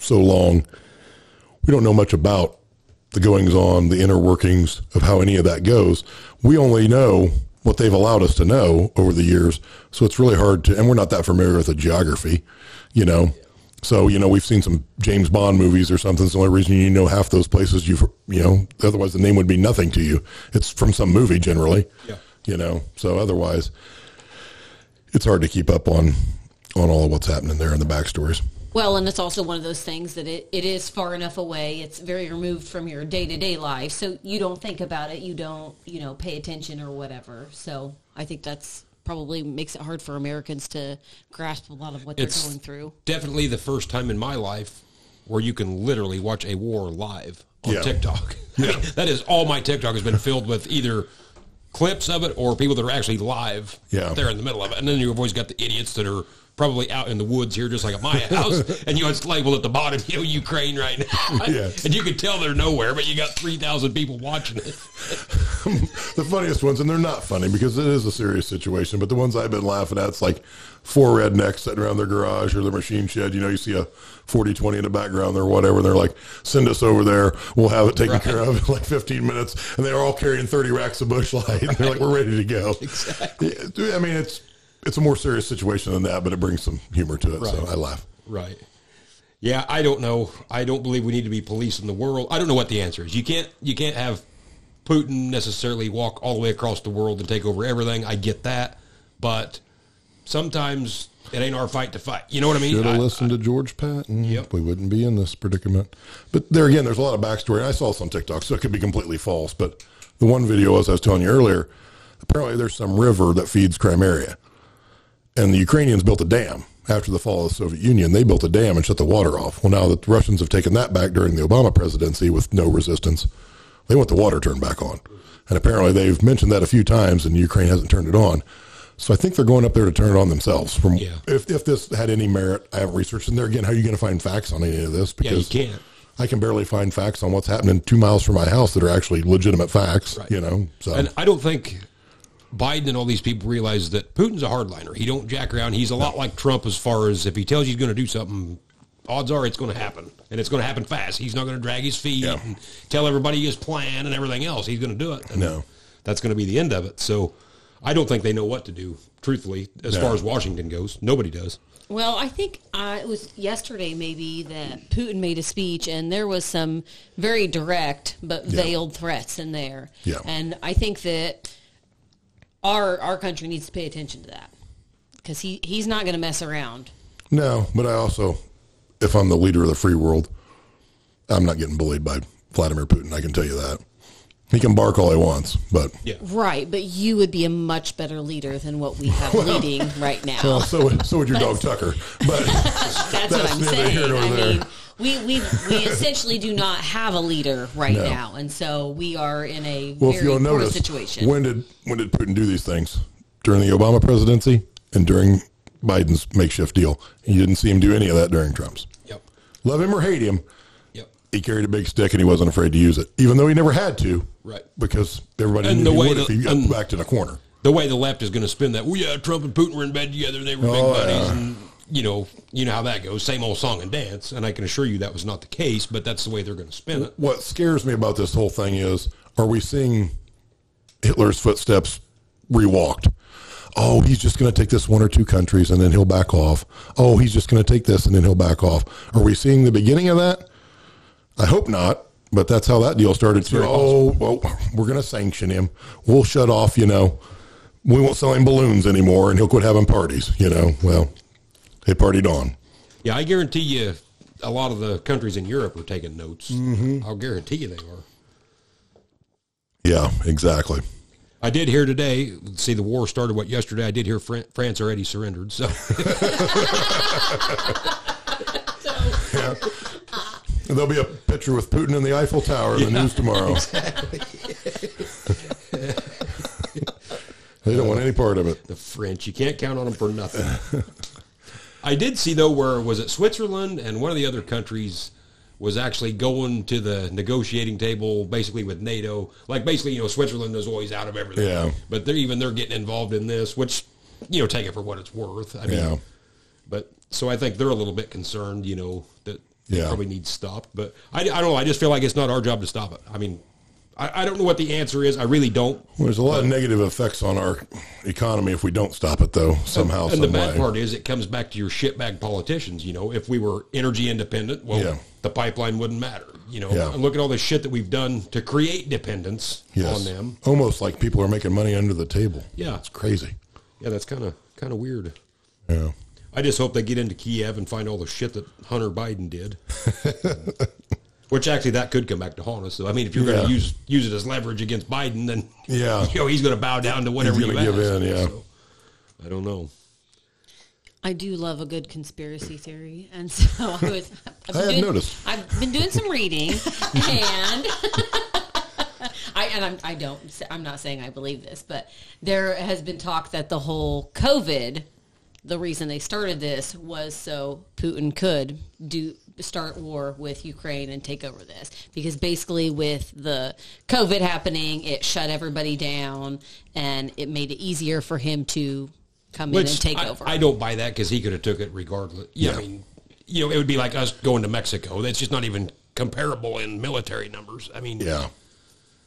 [SPEAKER 2] so long. We don't know much about the goings on, the inner workings of how any of that goes. We only know what they've allowed us to know over the years. So it's really hard to, and we're not that familiar with the geography, you know. So, you know, we've seen some James Bond movies or something. It's the only reason you know half those places you've, you know, otherwise the name would be nothing to you. It's from some movie generally,
[SPEAKER 1] Yeah.
[SPEAKER 2] you know. So otherwise, it's hard to keep up on on all of what's happening there in the backstories.
[SPEAKER 4] Well, and it's also one of those things that it, it is far enough away. It's very removed from your day to day life, so you don't think about it. You don't, you know, pay attention or whatever. So I think that's probably makes it hard for Americans to grasp a lot of what
[SPEAKER 1] It's-
[SPEAKER 4] they're going through.
[SPEAKER 1] Definitely the first time in my life where you can literally watch a war live on
[SPEAKER 2] Yeah.
[SPEAKER 1] TikTok. I mean, <laughs> that is all my TikTok has been filled with either clips of it or people that are actually live
[SPEAKER 2] Yeah.
[SPEAKER 1] there in the middle of it. And then you've always got the idiots that are probably out in the woods here just like at my
[SPEAKER 2] <laughs>
[SPEAKER 1] house and you know it's labeled at the bottom you know ukraine right now
[SPEAKER 2] Yeah.
[SPEAKER 1] and you can tell they're nowhere but you got 3000 people watching it
[SPEAKER 2] the funniest ones, and they're not funny because it is a serious situation. But the ones I've been laughing at, it's like four rednecks sitting around their garage or their machine shed. You know, you see a 40 20 in the background or whatever. They're like, send us over there. We'll have it taken care of in like 15 minutes. And they're all carrying 30 racks of bush light. And they're like, we're ready to go. Exactly. I mean, it's, it's a more serious situation than that, but it brings some humor to it. So I laugh.
[SPEAKER 1] Right. Yeah, I don't know. I don't believe we need to be policing the world. I don't know what the answer is. You can't you can't have Putin necessarily walk all the way across the world and take over everything. I get that, but sometimes it ain't our fight to fight. You know what I mean?
[SPEAKER 2] Should
[SPEAKER 1] I-
[SPEAKER 2] have listened to George Patton.
[SPEAKER 1] Yep.
[SPEAKER 2] We wouldn't be in this predicament. But there again, there's a lot of backstory. I saw this on TikTok, so it could be completely false. But the one video, as I was telling you earlier, apparently there's some river that feeds Crimea. And the Ukrainians built a dam after the fall of the Soviet Union. They built a dam and shut the water off. Well, now that the Russians have taken that back during the Obama presidency with no resistance, they want the water turned back on. And apparently they've mentioned that a few times, and Ukraine hasn't turned it on. So I think they're going up there to turn it on themselves. From
[SPEAKER 1] Yeah.
[SPEAKER 2] if, if this had any merit, I haven't researched. And there again, how are you going to find facts on any of this?
[SPEAKER 1] Yeah, you can't.
[SPEAKER 2] I can barely find facts on what's happening two miles from my house that are actually legitimate facts.
[SPEAKER 1] Right.
[SPEAKER 2] You know, so
[SPEAKER 1] And I don't think Biden and all these people realize that Putin's a hardliner. He don't jack around. He's a lot like Trump as far as if he tells you he's going to do something, odds are it's going to happen, and it's going to happen fast. He's not going to drag his feet
[SPEAKER 2] Yeah.
[SPEAKER 1] and tell everybody his plan and everything else. He's going to do it. And
[SPEAKER 2] No.
[SPEAKER 1] that's going to be the end of it. So I don't think they know what to do. Truthfully, as
[SPEAKER 2] No.
[SPEAKER 1] far as Washington goes, nobody does.
[SPEAKER 4] Well, I think uh, it was yesterday maybe that Putin made a speech and there was some very direct but
[SPEAKER 2] Yeah.
[SPEAKER 4] veiled threats in there.
[SPEAKER 2] Yeah.
[SPEAKER 4] And I think that our our country needs to pay attention to that because he, he's not going to mess around.
[SPEAKER 2] No, but I also, if I'm the leader of the free world, I'm not getting bullied by Vladimir Putin. I can tell you that. He can bark all he wants, but
[SPEAKER 1] Yeah.
[SPEAKER 4] Right, but you would be a much better leader than what we have leading right now.
[SPEAKER 2] well, so would, so would your dog Tucker. But
[SPEAKER 4] that's,
[SPEAKER 2] That's
[SPEAKER 4] what I'm
[SPEAKER 2] neither here
[SPEAKER 4] saying.
[SPEAKER 2] nor
[SPEAKER 4] I
[SPEAKER 2] there.
[SPEAKER 4] mean, we we we essentially do not have a leader right
[SPEAKER 2] No.
[SPEAKER 4] now, and so we are in a
[SPEAKER 2] well, if
[SPEAKER 4] very
[SPEAKER 2] you'll
[SPEAKER 4] poor
[SPEAKER 2] notice,
[SPEAKER 4] situation.
[SPEAKER 2] when did when did Putin do these things during the Obama presidency and during Biden's makeshift deal? You didn't see him do any of that during Trump's.
[SPEAKER 1] Yep.
[SPEAKER 2] Love him or hate him,
[SPEAKER 1] Yep.
[SPEAKER 2] he carried a big stick and he wasn't afraid to use it, even though he never had to.
[SPEAKER 1] Right.
[SPEAKER 2] Because everybody
[SPEAKER 1] And
[SPEAKER 2] knew
[SPEAKER 1] the
[SPEAKER 2] he
[SPEAKER 1] way
[SPEAKER 2] would
[SPEAKER 1] the-
[SPEAKER 2] if he got
[SPEAKER 1] and-
[SPEAKER 2] backed in a corner.
[SPEAKER 1] the way the left is going to spin that. Well, yeah, Trump and Putin were in bed together. They were
[SPEAKER 2] Oh,
[SPEAKER 1] big buddies,
[SPEAKER 2] yeah.
[SPEAKER 1] and you know, you know how that goes. Same old song and dance. And I can assure you that was not the case, but that's the way they're going to spin it.
[SPEAKER 2] what scares me about this whole thing is are we seeing Hitler's footsteps rewalked? Oh, he's just going to take this one or two countries and then he'll back off. Oh, he's just going to take this and then he'll back off. Are we seeing the beginning of that? I hope not, but that's how that deal started too.
[SPEAKER 1] very
[SPEAKER 2] Oh, well, we're going to sanction him. We'll shut off, you know. We won't sell him balloons anymore and he'll quit having parties, you know. Well, they partied on.
[SPEAKER 1] Yeah, I guarantee you, a lot of the countries in Europe are taking notes.
[SPEAKER 2] Mm-hmm.
[SPEAKER 1] I'll guarantee you they are.
[SPEAKER 2] Yeah, exactly.
[SPEAKER 1] I did hear today. See, the war started what yesterday. I did hear Fran- France already surrendered. So <laughs>
[SPEAKER 2] And there'll be a picture with Putin in the Eiffel Tower in the news tomorrow. they don't want any part of it.
[SPEAKER 1] the French. You can't count on them for nothing. I did see though where was it Switzerland and one of the other countries was actually going to the negotiating table basically with NATO. Like basically, you know, Switzerland is always out of everything.
[SPEAKER 2] Yeah.
[SPEAKER 1] But they're even they're getting involved in this, which you know, take it for what it's worth. I mean,
[SPEAKER 2] Yeah.
[SPEAKER 1] but so I think they're a little bit concerned, you know, that
[SPEAKER 2] Yeah.
[SPEAKER 1] it probably needs stopped. But I, I don't know. I just feel like it's not our job to stop it. I mean, I, I don't know what the answer is. I really don't.
[SPEAKER 2] Well, there's a lot of negative effects on our economy if we don't stop it, though, somehow,
[SPEAKER 1] and
[SPEAKER 2] some
[SPEAKER 1] the bad
[SPEAKER 2] way.
[SPEAKER 1] part is it comes back to your shitbag politicians. You know, if we were energy independent, well,
[SPEAKER 2] Yeah.
[SPEAKER 1] the pipeline wouldn't matter. You know,
[SPEAKER 2] Yeah.
[SPEAKER 1] and look at all the shit that we've done to create dependence
[SPEAKER 2] Yes.
[SPEAKER 1] on them.
[SPEAKER 2] Almost like people are making money under the table.
[SPEAKER 1] Yeah.
[SPEAKER 2] It's crazy.
[SPEAKER 1] Yeah, that's kind of kind of weird.
[SPEAKER 2] Yeah.
[SPEAKER 1] I just hope they get into Kiev and find all the shit that Hunter Biden
[SPEAKER 2] <laughs>
[SPEAKER 1] did. Which actually, that could come back to haunt us. So, I mean, if you're going
[SPEAKER 2] Yeah.
[SPEAKER 1] to use use it as leverage against Biden, then
[SPEAKER 2] Yeah.
[SPEAKER 1] <laughs> you know he's going to bow down to whatever
[SPEAKER 2] He's
[SPEAKER 1] you
[SPEAKER 2] gonna
[SPEAKER 1] ask.
[SPEAKER 2] give in, yeah.
[SPEAKER 1] So, I don't know.
[SPEAKER 4] I do love a good conspiracy theory, and so <laughs> I was. I've been
[SPEAKER 2] I had
[SPEAKER 4] doing,
[SPEAKER 2] noticed.
[SPEAKER 4] I've been doing some reading, and <laughs> I and I'm, I don't. I'm not saying I believe this, but there has been talk that the whole COVID, the reason they started this was so Putin could do start war with Ukraine and take over this because basically with the COVID happening, it shut everybody down and it made it easier for him to come in and take
[SPEAKER 1] I,
[SPEAKER 4] over.
[SPEAKER 1] I don't buy that because he could have took it regardless. Yeah, I mean, you know, it would be like us going to Mexico. That's just not even comparable in military numbers. I mean,
[SPEAKER 2] Yeah.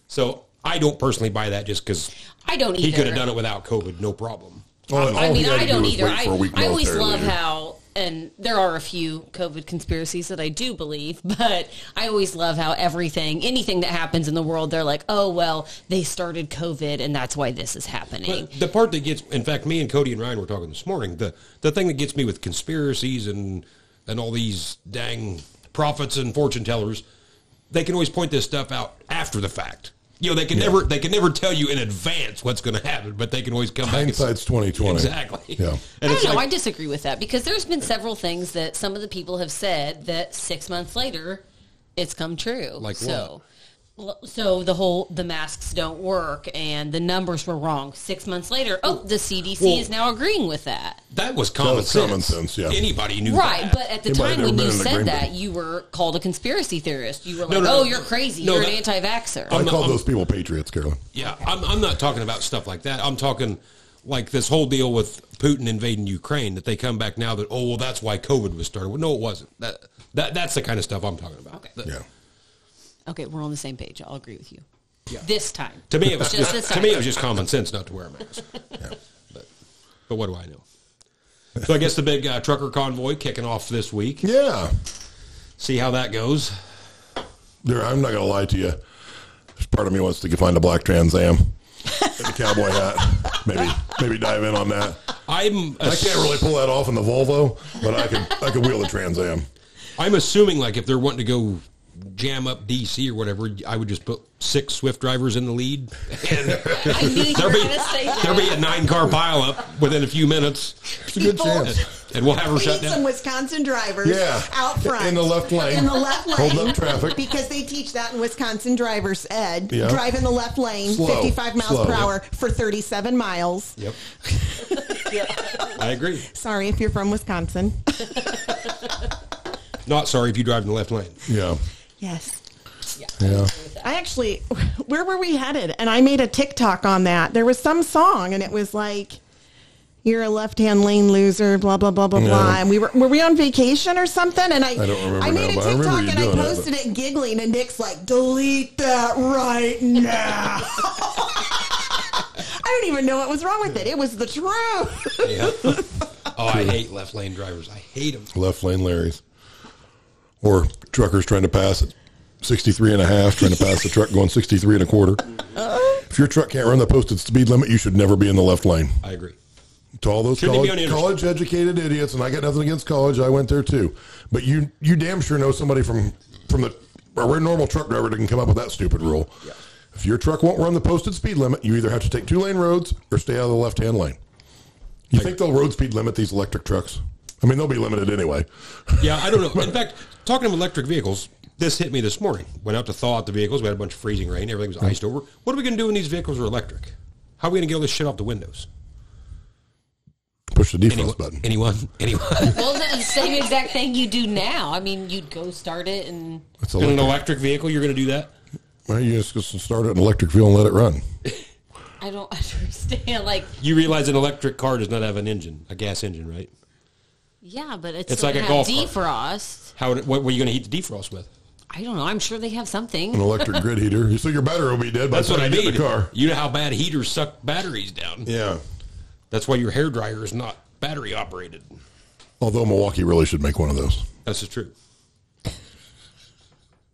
[SPEAKER 1] So I don't personally buy that just because
[SPEAKER 4] I don't either.
[SPEAKER 1] he could have done it without COVID, no problem.
[SPEAKER 2] Well, all
[SPEAKER 4] I
[SPEAKER 2] he
[SPEAKER 4] mean,
[SPEAKER 2] had
[SPEAKER 4] I
[SPEAKER 2] to do
[SPEAKER 4] don't
[SPEAKER 2] was
[SPEAKER 4] either.
[SPEAKER 2] wait
[SPEAKER 4] I,
[SPEAKER 2] for a weak
[SPEAKER 4] I always
[SPEAKER 2] military
[SPEAKER 4] love
[SPEAKER 2] leader.
[SPEAKER 4] how, and there are a few COVID conspiracies that I do believe, <laughs> but I always love how everything, anything that happens in the world, they're like, oh, well, they started COVID and that's why this is happening.
[SPEAKER 1] But the part that gets, in fact, me and Cody and Ryan were talking this morning. The the thing that gets me with conspiracies and and all these dang prophets and fortune tellers, they can always point this stuff out after the fact. You know, they can never they can never tell you in advance what's going to happen, but they can always come back. and say-
[SPEAKER 2] Hindsight's 2020.
[SPEAKER 1] Exactly.
[SPEAKER 2] Yeah.
[SPEAKER 1] And
[SPEAKER 4] I
[SPEAKER 1] it's
[SPEAKER 4] don't know.
[SPEAKER 1] like,
[SPEAKER 4] I disagree with that because there's been several things that some of the people have said that six months later, it's come true.
[SPEAKER 1] Like
[SPEAKER 4] so, l- so the whole the masks don't work and the numbers were wrong. Six months later, oh, the CDC
[SPEAKER 1] Well-
[SPEAKER 4] is now agreeing with that.
[SPEAKER 1] that was common
[SPEAKER 2] was
[SPEAKER 1] sense.
[SPEAKER 2] common sense, yeah.
[SPEAKER 1] Anybody knew
[SPEAKER 4] Right,
[SPEAKER 1] that.
[SPEAKER 4] but at the
[SPEAKER 2] It might have
[SPEAKER 4] time
[SPEAKER 2] never
[SPEAKER 4] when
[SPEAKER 2] been
[SPEAKER 4] you
[SPEAKER 2] an
[SPEAKER 4] said
[SPEAKER 2] agreement.
[SPEAKER 4] that, you were called a conspiracy theorist. You were like,
[SPEAKER 1] No, no, no.
[SPEAKER 4] "Oh, you're crazy.
[SPEAKER 1] No,
[SPEAKER 4] you're an
[SPEAKER 1] that-
[SPEAKER 4] anti-vaxxer."
[SPEAKER 2] I
[SPEAKER 1] I'm-
[SPEAKER 2] call those people patriots, Carolyn.
[SPEAKER 1] Yeah, I'm, I'm not talking about stuff like that. I'm talking like this whole deal with Putin invading Ukraine that they come back now that oh well that's why COVID was started. Well, no, it wasn't. That, that that's the kind of stuff I'm talking about.
[SPEAKER 4] Okay.
[SPEAKER 1] The-
[SPEAKER 2] Yeah.
[SPEAKER 4] okay, we're on the same page. I'll agree with you.
[SPEAKER 1] Yeah.
[SPEAKER 4] This time,
[SPEAKER 1] To me, it was
[SPEAKER 4] <laughs> Just
[SPEAKER 1] just,
[SPEAKER 4] this
[SPEAKER 1] to me
[SPEAKER 4] time.
[SPEAKER 1] it was just common sense not to wear a
[SPEAKER 2] <laughs>
[SPEAKER 1] mask. But, but what do I know? So I guess the big uh, trucker convoy kicking off this week.
[SPEAKER 2] Yeah.
[SPEAKER 1] See how that goes.
[SPEAKER 2] There, I'm not going to lie to you. There's part of me wants to find a black Trans Am and a cowboy hat. Maybe, maybe dive in on that.
[SPEAKER 1] I'm
[SPEAKER 2] I can't really pull that off in the Volvo, but I could, I could wheel a Trans Am.
[SPEAKER 1] I'm assuming like if they're wanting to go jam up DC or whatever, I would just put six Swift drivers in the lead, <laughs> and
[SPEAKER 4] I knew you were
[SPEAKER 1] there'll be,
[SPEAKER 4] going to say
[SPEAKER 1] there'll
[SPEAKER 4] that.
[SPEAKER 1] be a nine car pileup within a few minutes,
[SPEAKER 2] It's a good
[SPEAKER 3] People.
[SPEAKER 2] chance.
[SPEAKER 1] and we'll have her
[SPEAKER 3] We
[SPEAKER 1] shut
[SPEAKER 3] need some
[SPEAKER 1] down.
[SPEAKER 3] Wisconsin drivers
[SPEAKER 2] Yeah.
[SPEAKER 3] out front
[SPEAKER 2] In the left lane.
[SPEAKER 3] In the left lane,
[SPEAKER 2] Hold up traffic.
[SPEAKER 3] because they teach that in Wisconsin drivers ed.
[SPEAKER 2] Yeah.
[SPEAKER 3] Drive in the left lane,
[SPEAKER 2] Slow.
[SPEAKER 3] 55 miles
[SPEAKER 2] Slow.
[SPEAKER 3] per hour for 37 miles.
[SPEAKER 1] Yep,
[SPEAKER 3] <laughs>
[SPEAKER 1] I agree.
[SPEAKER 3] Sorry if you're from Wisconsin.
[SPEAKER 1] Not sorry if you drive in the left lane.
[SPEAKER 2] Yeah.
[SPEAKER 3] yes.
[SPEAKER 2] Yeah.
[SPEAKER 3] I actually, <laughs> where were we headed? And I made a TikTok on that. There was some song, and it was like, "You're a left-hand lane loser," blah blah blah blah
[SPEAKER 2] No.
[SPEAKER 3] blah. And we were were we on vacation or something? And I
[SPEAKER 2] I don't remember
[SPEAKER 3] I made
[SPEAKER 2] now,
[SPEAKER 3] a
[SPEAKER 2] but I remember
[SPEAKER 3] TikTok
[SPEAKER 2] you
[SPEAKER 3] and I
[SPEAKER 2] doing it,
[SPEAKER 3] posted it, giggling, and Nick's like, "Delete that right now." <laughs> I don't even know what was wrong with it. It was the truth.
[SPEAKER 1] Yeah. <laughs> Oh, I hate left lane drivers. I hate them.
[SPEAKER 2] Left lane Larry's. Or truckers trying to pass at 63 and a half, trying to pass the truck going 63 and a quarter.
[SPEAKER 3] Uh-huh.
[SPEAKER 2] If your truck can't run the posted speed limit, you should never be in the left lane.
[SPEAKER 1] I agree.
[SPEAKER 2] to all those
[SPEAKER 1] Shouldn't it be on the
[SPEAKER 2] college,
[SPEAKER 1] interstate?
[SPEAKER 2] college educated idiots and I got nothing against college I went there too but you you damn sure know somebody from from the or a normal truck driver that can come up with that stupid rule if your truck won't run the posted speed limit you either have to take two lane roads or stay out of the left hand lane you think they'll road speed limit these electric trucks I mean they'll be limited anyway
[SPEAKER 1] Yeah, I
[SPEAKER 2] <laughs>
[SPEAKER 1] don't know. In fact, talking of electric vehicles, this hit me this morning. Went out to thaw out the vehicles. We had a bunch of freezing rain. Everything
[SPEAKER 2] Mm-hmm.
[SPEAKER 1] was iced over. What are we going to do when these vehicles are electric? How are we going to get all this shit off the windows?
[SPEAKER 2] push the defense
[SPEAKER 1] Anyone,
[SPEAKER 2] button.
[SPEAKER 1] anyone,
[SPEAKER 2] <laughs>
[SPEAKER 1] anyone.
[SPEAKER 4] Well, that's the same exact thing you do now. I mean, you'd go start it and
[SPEAKER 2] It's
[SPEAKER 1] In an
[SPEAKER 2] electric.
[SPEAKER 1] electric vehicle, you're going to do that.
[SPEAKER 2] Well, you just just start it an electric vehicle and let it run.
[SPEAKER 4] I don't <laughs> understand. Like,
[SPEAKER 1] You realize an electric car does not have an engine, a gas engine, right?
[SPEAKER 4] yeah, but it's,
[SPEAKER 1] It's
[SPEAKER 4] gonna
[SPEAKER 1] like a
[SPEAKER 4] have
[SPEAKER 1] golf cart.
[SPEAKER 4] defrost.
[SPEAKER 1] How? would- What were you going to heat the defrost with?
[SPEAKER 4] I don't know. I'm sure they have
[SPEAKER 2] An
[SPEAKER 4] something.
[SPEAKER 2] electric grid heater. So your battery will be dead by
[SPEAKER 1] That's
[SPEAKER 2] the
[SPEAKER 1] what I
[SPEAKER 2] time you
[SPEAKER 1] need.
[SPEAKER 2] get in the car.
[SPEAKER 1] You know how bad heaters suck batteries down.
[SPEAKER 2] Yeah.
[SPEAKER 1] That's why your hair dryer is not battery operated.
[SPEAKER 2] Although Milwaukee really should make one of those.
[SPEAKER 1] That's the truth.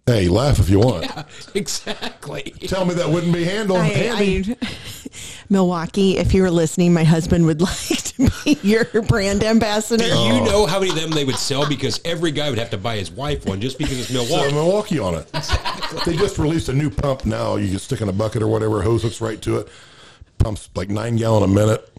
[SPEAKER 2] Hey, laugh if you want.
[SPEAKER 1] <laughs> exactly.
[SPEAKER 2] Tell me that wouldn't be handled. handy.
[SPEAKER 3] I, <laughs> I, Milwaukee, if you were listening, my husband would <laughs> like to be your brand ambassador.
[SPEAKER 2] Oh.
[SPEAKER 1] Do you know how many of them they would sell? Because every guy would have to buy his wife one just because it's
[SPEAKER 2] So
[SPEAKER 1] Milwaukee.
[SPEAKER 2] Milwaukee on it. They just released a new pump now. You can stick in a bucket or whatever, hose hooks right to it. Pumps like nine gallon a minute.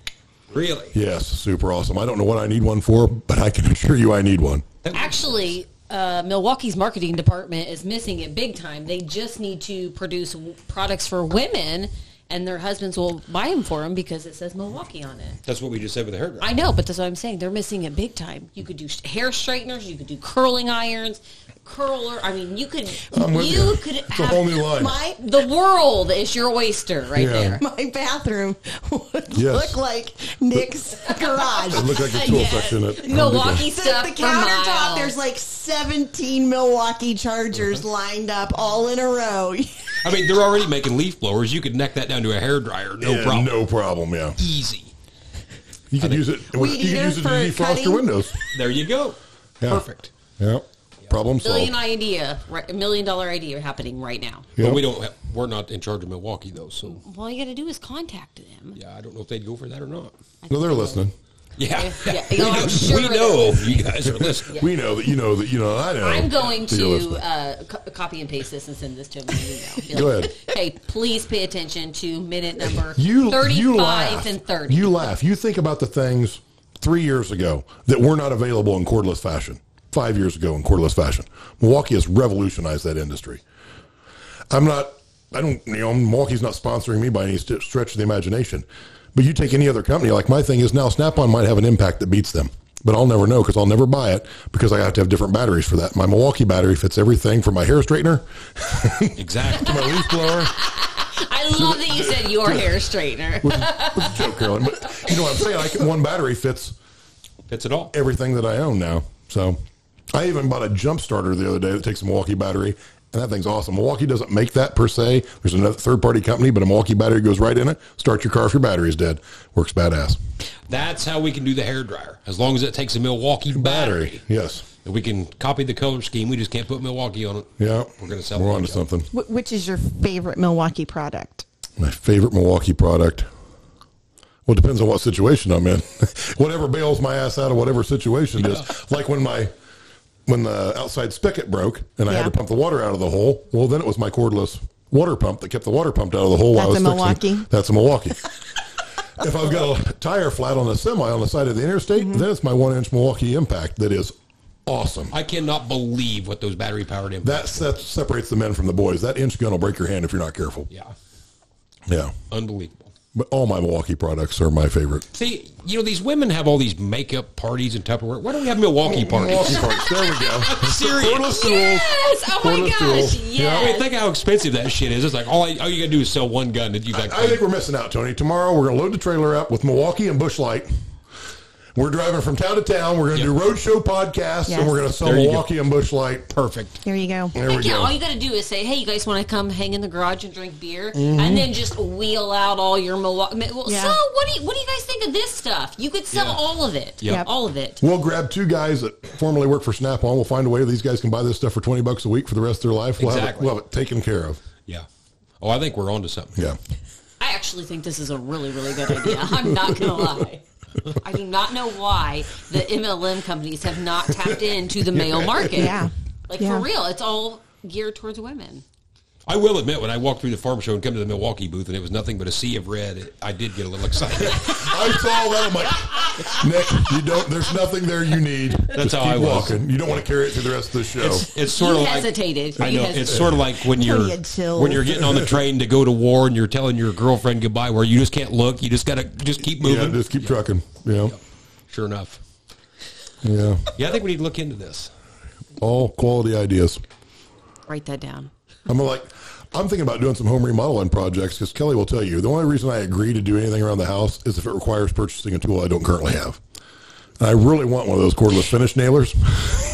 [SPEAKER 1] Really?
[SPEAKER 2] Yes, super awesome. I don't know what I need one for, but I can assure you I need one.
[SPEAKER 4] Actually, uh, Milwaukee's marketing department is missing it big time. They just need to produce w- products for women, and their husbands will buy them for them because it says Milwaukee on it.
[SPEAKER 1] That's what we just said with the hair dryer.
[SPEAKER 4] I know, but that's what I'm saying. They're missing it big time. You could do sh- hair straighteners. You could do curling irons, curler. I mean, you could.
[SPEAKER 2] I'm with
[SPEAKER 4] you
[SPEAKER 2] you.
[SPEAKER 4] could
[SPEAKER 2] It's a
[SPEAKER 4] have
[SPEAKER 2] whole new line.
[SPEAKER 4] My, the world is your oyster right
[SPEAKER 2] Yeah.
[SPEAKER 4] there.
[SPEAKER 3] My bathroom would
[SPEAKER 2] Yes.
[SPEAKER 3] look like Nick's garage.
[SPEAKER 2] It looked like the tool
[SPEAKER 4] Yes.
[SPEAKER 2] section at
[SPEAKER 4] Milwaukee
[SPEAKER 3] the,
[SPEAKER 4] stuff
[SPEAKER 3] the
[SPEAKER 4] for
[SPEAKER 3] countertop,
[SPEAKER 4] miles.
[SPEAKER 3] there's like 17 Milwaukee
[SPEAKER 2] Mm-hmm.
[SPEAKER 3] Chargers lined up all in a row.
[SPEAKER 1] I mean, they're already making leaf blowers. You could neck that down to a hair dryer, no
[SPEAKER 2] Yeah,
[SPEAKER 1] problem.
[SPEAKER 2] No problem. Yeah,
[SPEAKER 1] Easy.
[SPEAKER 2] you can use it. You
[SPEAKER 3] Weed
[SPEAKER 2] can use
[SPEAKER 3] eater
[SPEAKER 2] it to
[SPEAKER 3] for
[SPEAKER 2] defrost
[SPEAKER 3] cutting?
[SPEAKER 2] your windows.
[SPEAKER 1] There you go.
[SPEAKER 2] Yeah.
[SPEAKER 1] Perfect.
[SPEAKER 2] Yeah, problem solved.
[SPEAKER 4] Million idea, right, million dollar idea happening right now.
[SPEAKER 2] Yeah.
[SPEAKER 1] But we don't. Have, we're not in charge of Milwaukee though, so
[SPEAKER 4] All you got to do is contact them.
[SPEAKER 1] yeah, I don't know if they'd go for that or not.
[SPEAKER 2] No, they're listening.
[SPEAKER 1] Yeah, <laughs>
[SPEAKER 4] Yeah, yeah, I'm sure
[SPEAKER 1] we
[SPEAKER 4] they're
[SPEAKER 1] know you guys are listening.
[SPEAKER 2] We know that you know that you know. that I know.
[SPEAKER 4] I'm going
[SPEAKER 2] that you're
[SPEAKER 4] to
[SPEAKER 2] listening.
[SPEAKER 4] uh, co- copy and paste this and send this to him in an email.
[SPEAKER 2] <laughs>
[SPEAKER 4] Be
[SPEAKER 2] Go
[SPEAKER 4] like,
[SPEAKER 2] ahead.
[SPEAKER 4] Hey, please pay attention to minute number
[SPEAKER 2] You
[SPEAKER 4] 35
[SPEAKER 2] you laugh.
[SPEAKER 4] and 30.
[SPEAKER 2] You laugh. You think about the things three years ago that were not available in cordless fashion. Five years ago in cordless fashion, Milwaukee has revolutionized that industry. I'm not. I don't. You know, Milwaukee's not sponsoring me by any st- stretch of the imagination. But you take any other company, like my thing is now, Snap-on might have an impact that beats them. But I'll never know because I'll never buy it because I have to have different batteries for that. My Milwaukee battery fits everything from my hair straightener <laughs> to
[SPEAKER 1] Exactly.
[SPEAKER 2] my leaf blower.
[SPEAKER 4] I love that you said your hair straightener. <laughs>
[SPEAKER 2] It's a joke, Carolyn. But you know what I'm saying? I can, one battery fits
[SPEAKER 1] Fits it all.
[SPEAKER 2] everything that I own now. So I even bought a jump starter the other day that takes a Milwaukee battery, and that thing's awesome. Milwaukee doesn't make that per se. There's another third party company, but a Milwaukee battery goes right in it. Start your car if your battery's dead. Works badass.
[SPEAKER 1] That's how we can do the hair dryer. As long as it takes a Milwaukee battery,
[SPEAKER 2] Battery, yes.
[SPEAKER 1] we can copy the color scheme. We just can't put Milwaukee on it.
[SPEAKER 2] Yeah,
[SPEAKER 1] We're gonna sell
[SPEAKER 2] We're
[SPEAKER 1] it.
[SPEAKER 2] onto something.
[SPEAKER 3] Wh- Which is your favorite Milwaukee product?
[SPEAKER 2] My favorite Milwaukee product. Well, it depends on what situation I'm in. <laughs> whatever bails my ass out of whatever situation it is. Like when my when the outside spigot broke and I had
[SPEAKER 3] Yeah.
[SPEAKER 2] to pump the water out of the hole. Well, then it was my cordless water pump that kept the water pumped out of the hole. while I was
[SPEAKER 3] That's a
[SPEAKER 2] fixing it.
[SPEAKER 3] Milwaukee?
[SPEAKER 2] That's a Milwaukee. <laughs> if I've got a tire flat on a semi on the side of the interstate,
[SPEAKER 3] Mm-hmm.
[SPEAKER 2] then it's my one inch Milwaukee impact that is awesome.
[SPEAKER 1] I cannot believe what those battery powered impacts.
[SPEAKER 2] That sep- separates the men from the boys. That inch gun will break your hand if you're not careful.
[SPEAKER 1] yeah,
[SPEAKER 2] Yeah.
[SPEAKER 1] unbelievable.
[SPEAKER 2] But all my Milwaukee products are my favorite.
[SPEAKER 1] See, you know these women have all these makeup parties and Tupperware. Why don't we have Milwaukee
[SPEAKER 2] Oh, Milwaukee
[SPEAKER 1] parties?
[SPEAKER 2] parts. There we go.
[SPEAKER 1] <laughs> Serious.
[SPEAKER 2] Cordless tools.
[SPEAKER 4] Yes! Oh my
[SPEAKER 2] Cordless
[SPEAKER 4] gosh,
[SPEAKER 2] tools.
[SPEAKER 1] I mean,
[SPEAKER 4] yes.
[SPEAKER 1] think how expensive that shit is. It's like all, I, all you gotta do is sell one gun that you got.
[SPEAKER 2] I think we're missing out, Tony. Tomorrow we're going to load the trailer up with Milwaukee and Bushlight. We're driving from town to town. We're going to
[SPEAKER 1] Yep.
[SPEAKER 2] do roadshow podcasts,
[SPEAKER 3] Yes.
[SPEAKER 2] and we're going to sell
[SPEAKER 1] There you go.
[SPEAKER 2] Milwaukee and Bushlight.
[SPEAKER 1] perfect.
[SPEAKER 3] There you go.
[SPEAKER 2] There we
[SPEAKER 4] Like, yeah, all
[SPEAKER 2] go.
[SPEAKER 4] you got to do is say, "Hey, you guys want to come hang in the garage and drink beer?"
[SPEAKER 2] Mm-hmm.
[SPEAKER 4] And then just wheel out all your Milwaukee. Well,
[SPEAKER 3] Yeah.
[SPEAKER 4] So, what do you what do you guys think of this stuff? You could sell
[SPEAKER 1] Yeah.
[SPEAKER 4] all of it.
[SPEAKER 1] Yep.
[SPEAKER 4] all of it.
[SPEAKER 2] We'll grab two guys that formerly work for Snap On. We'll find a way these guys can buy this stuff for twenty bucks a week for the rest of their life. We'll, have, it,
[SPEAKER 1] Exactly.
[SPEAKER 2] we'll have it taken care of.
[SPEAKER 1] Yeah. Oh, I think we're onto something.
[SPEAKER 2] Yeah.
[SPEAKER 4] I actually think this is a really, really good idea. <laughs> I'm not going to lie. I do not know why the MLM companies have not tapped into the male market.
[SPEAKER 3] Yeah.
[SPEAKER 4] Like
[SPEAKER 3] Yeah.
[SPEAKER 4] for real, it's all geared towards women.
[SPEAKER 1] I will admit, when I walked through the farm show and come to the Milwaukee booth, and it was nothing but a sea of red, it, I did get a little
[SPEAKER 2] <laughs>
[SPEAKER 1] excited.
[SPEAKER 2] I saw that. I'm like, Nick, you don't. There's nothing there you need. That's
[SPEAKER 1] how I was.
[SPEAKER 2] walking. You don't want to carry it through the rest of the show.
[SPEAKER 1] It's, it's sort
[SPEAKER 4] You
[SPEAKER 1] of like
[SPEAKER 4] hesitated.
[SPEAKER 1] I
[SPEAKER 4] You
[SPEAKER 1] know
[SPEAKER 4] hesitated.
[SPEAKER 1] it's sort of like when you're
[SPEAKER 3] Tony had chills.
[SPEAKER 1] when you're getting on the train to go to war and you're telling your girlfriend goodbye, where you just can't look, you just gotta just keep
[SPEAKER 2] yeah,
[SPEAKER 1] moving.
[SPEAKER 2] just keep trucking. Yeah.
[SPEAKER 1] Sure enough.
[SPEAKER 2] Yeah.
[SPEAKER 1] Yeah, I think we need to look into this.
[SPEAKER 2] All quality ideas.
[SPEAKER 4] Write that down.
[SPEAKER 2] I'm like, I'm thinking about doing some home remodeling projects because Kelly will tell you the only reason I agree to do anything around the house is if it requires purchasing a tool I don't currently have. And I really want one of those cordless finish nailers,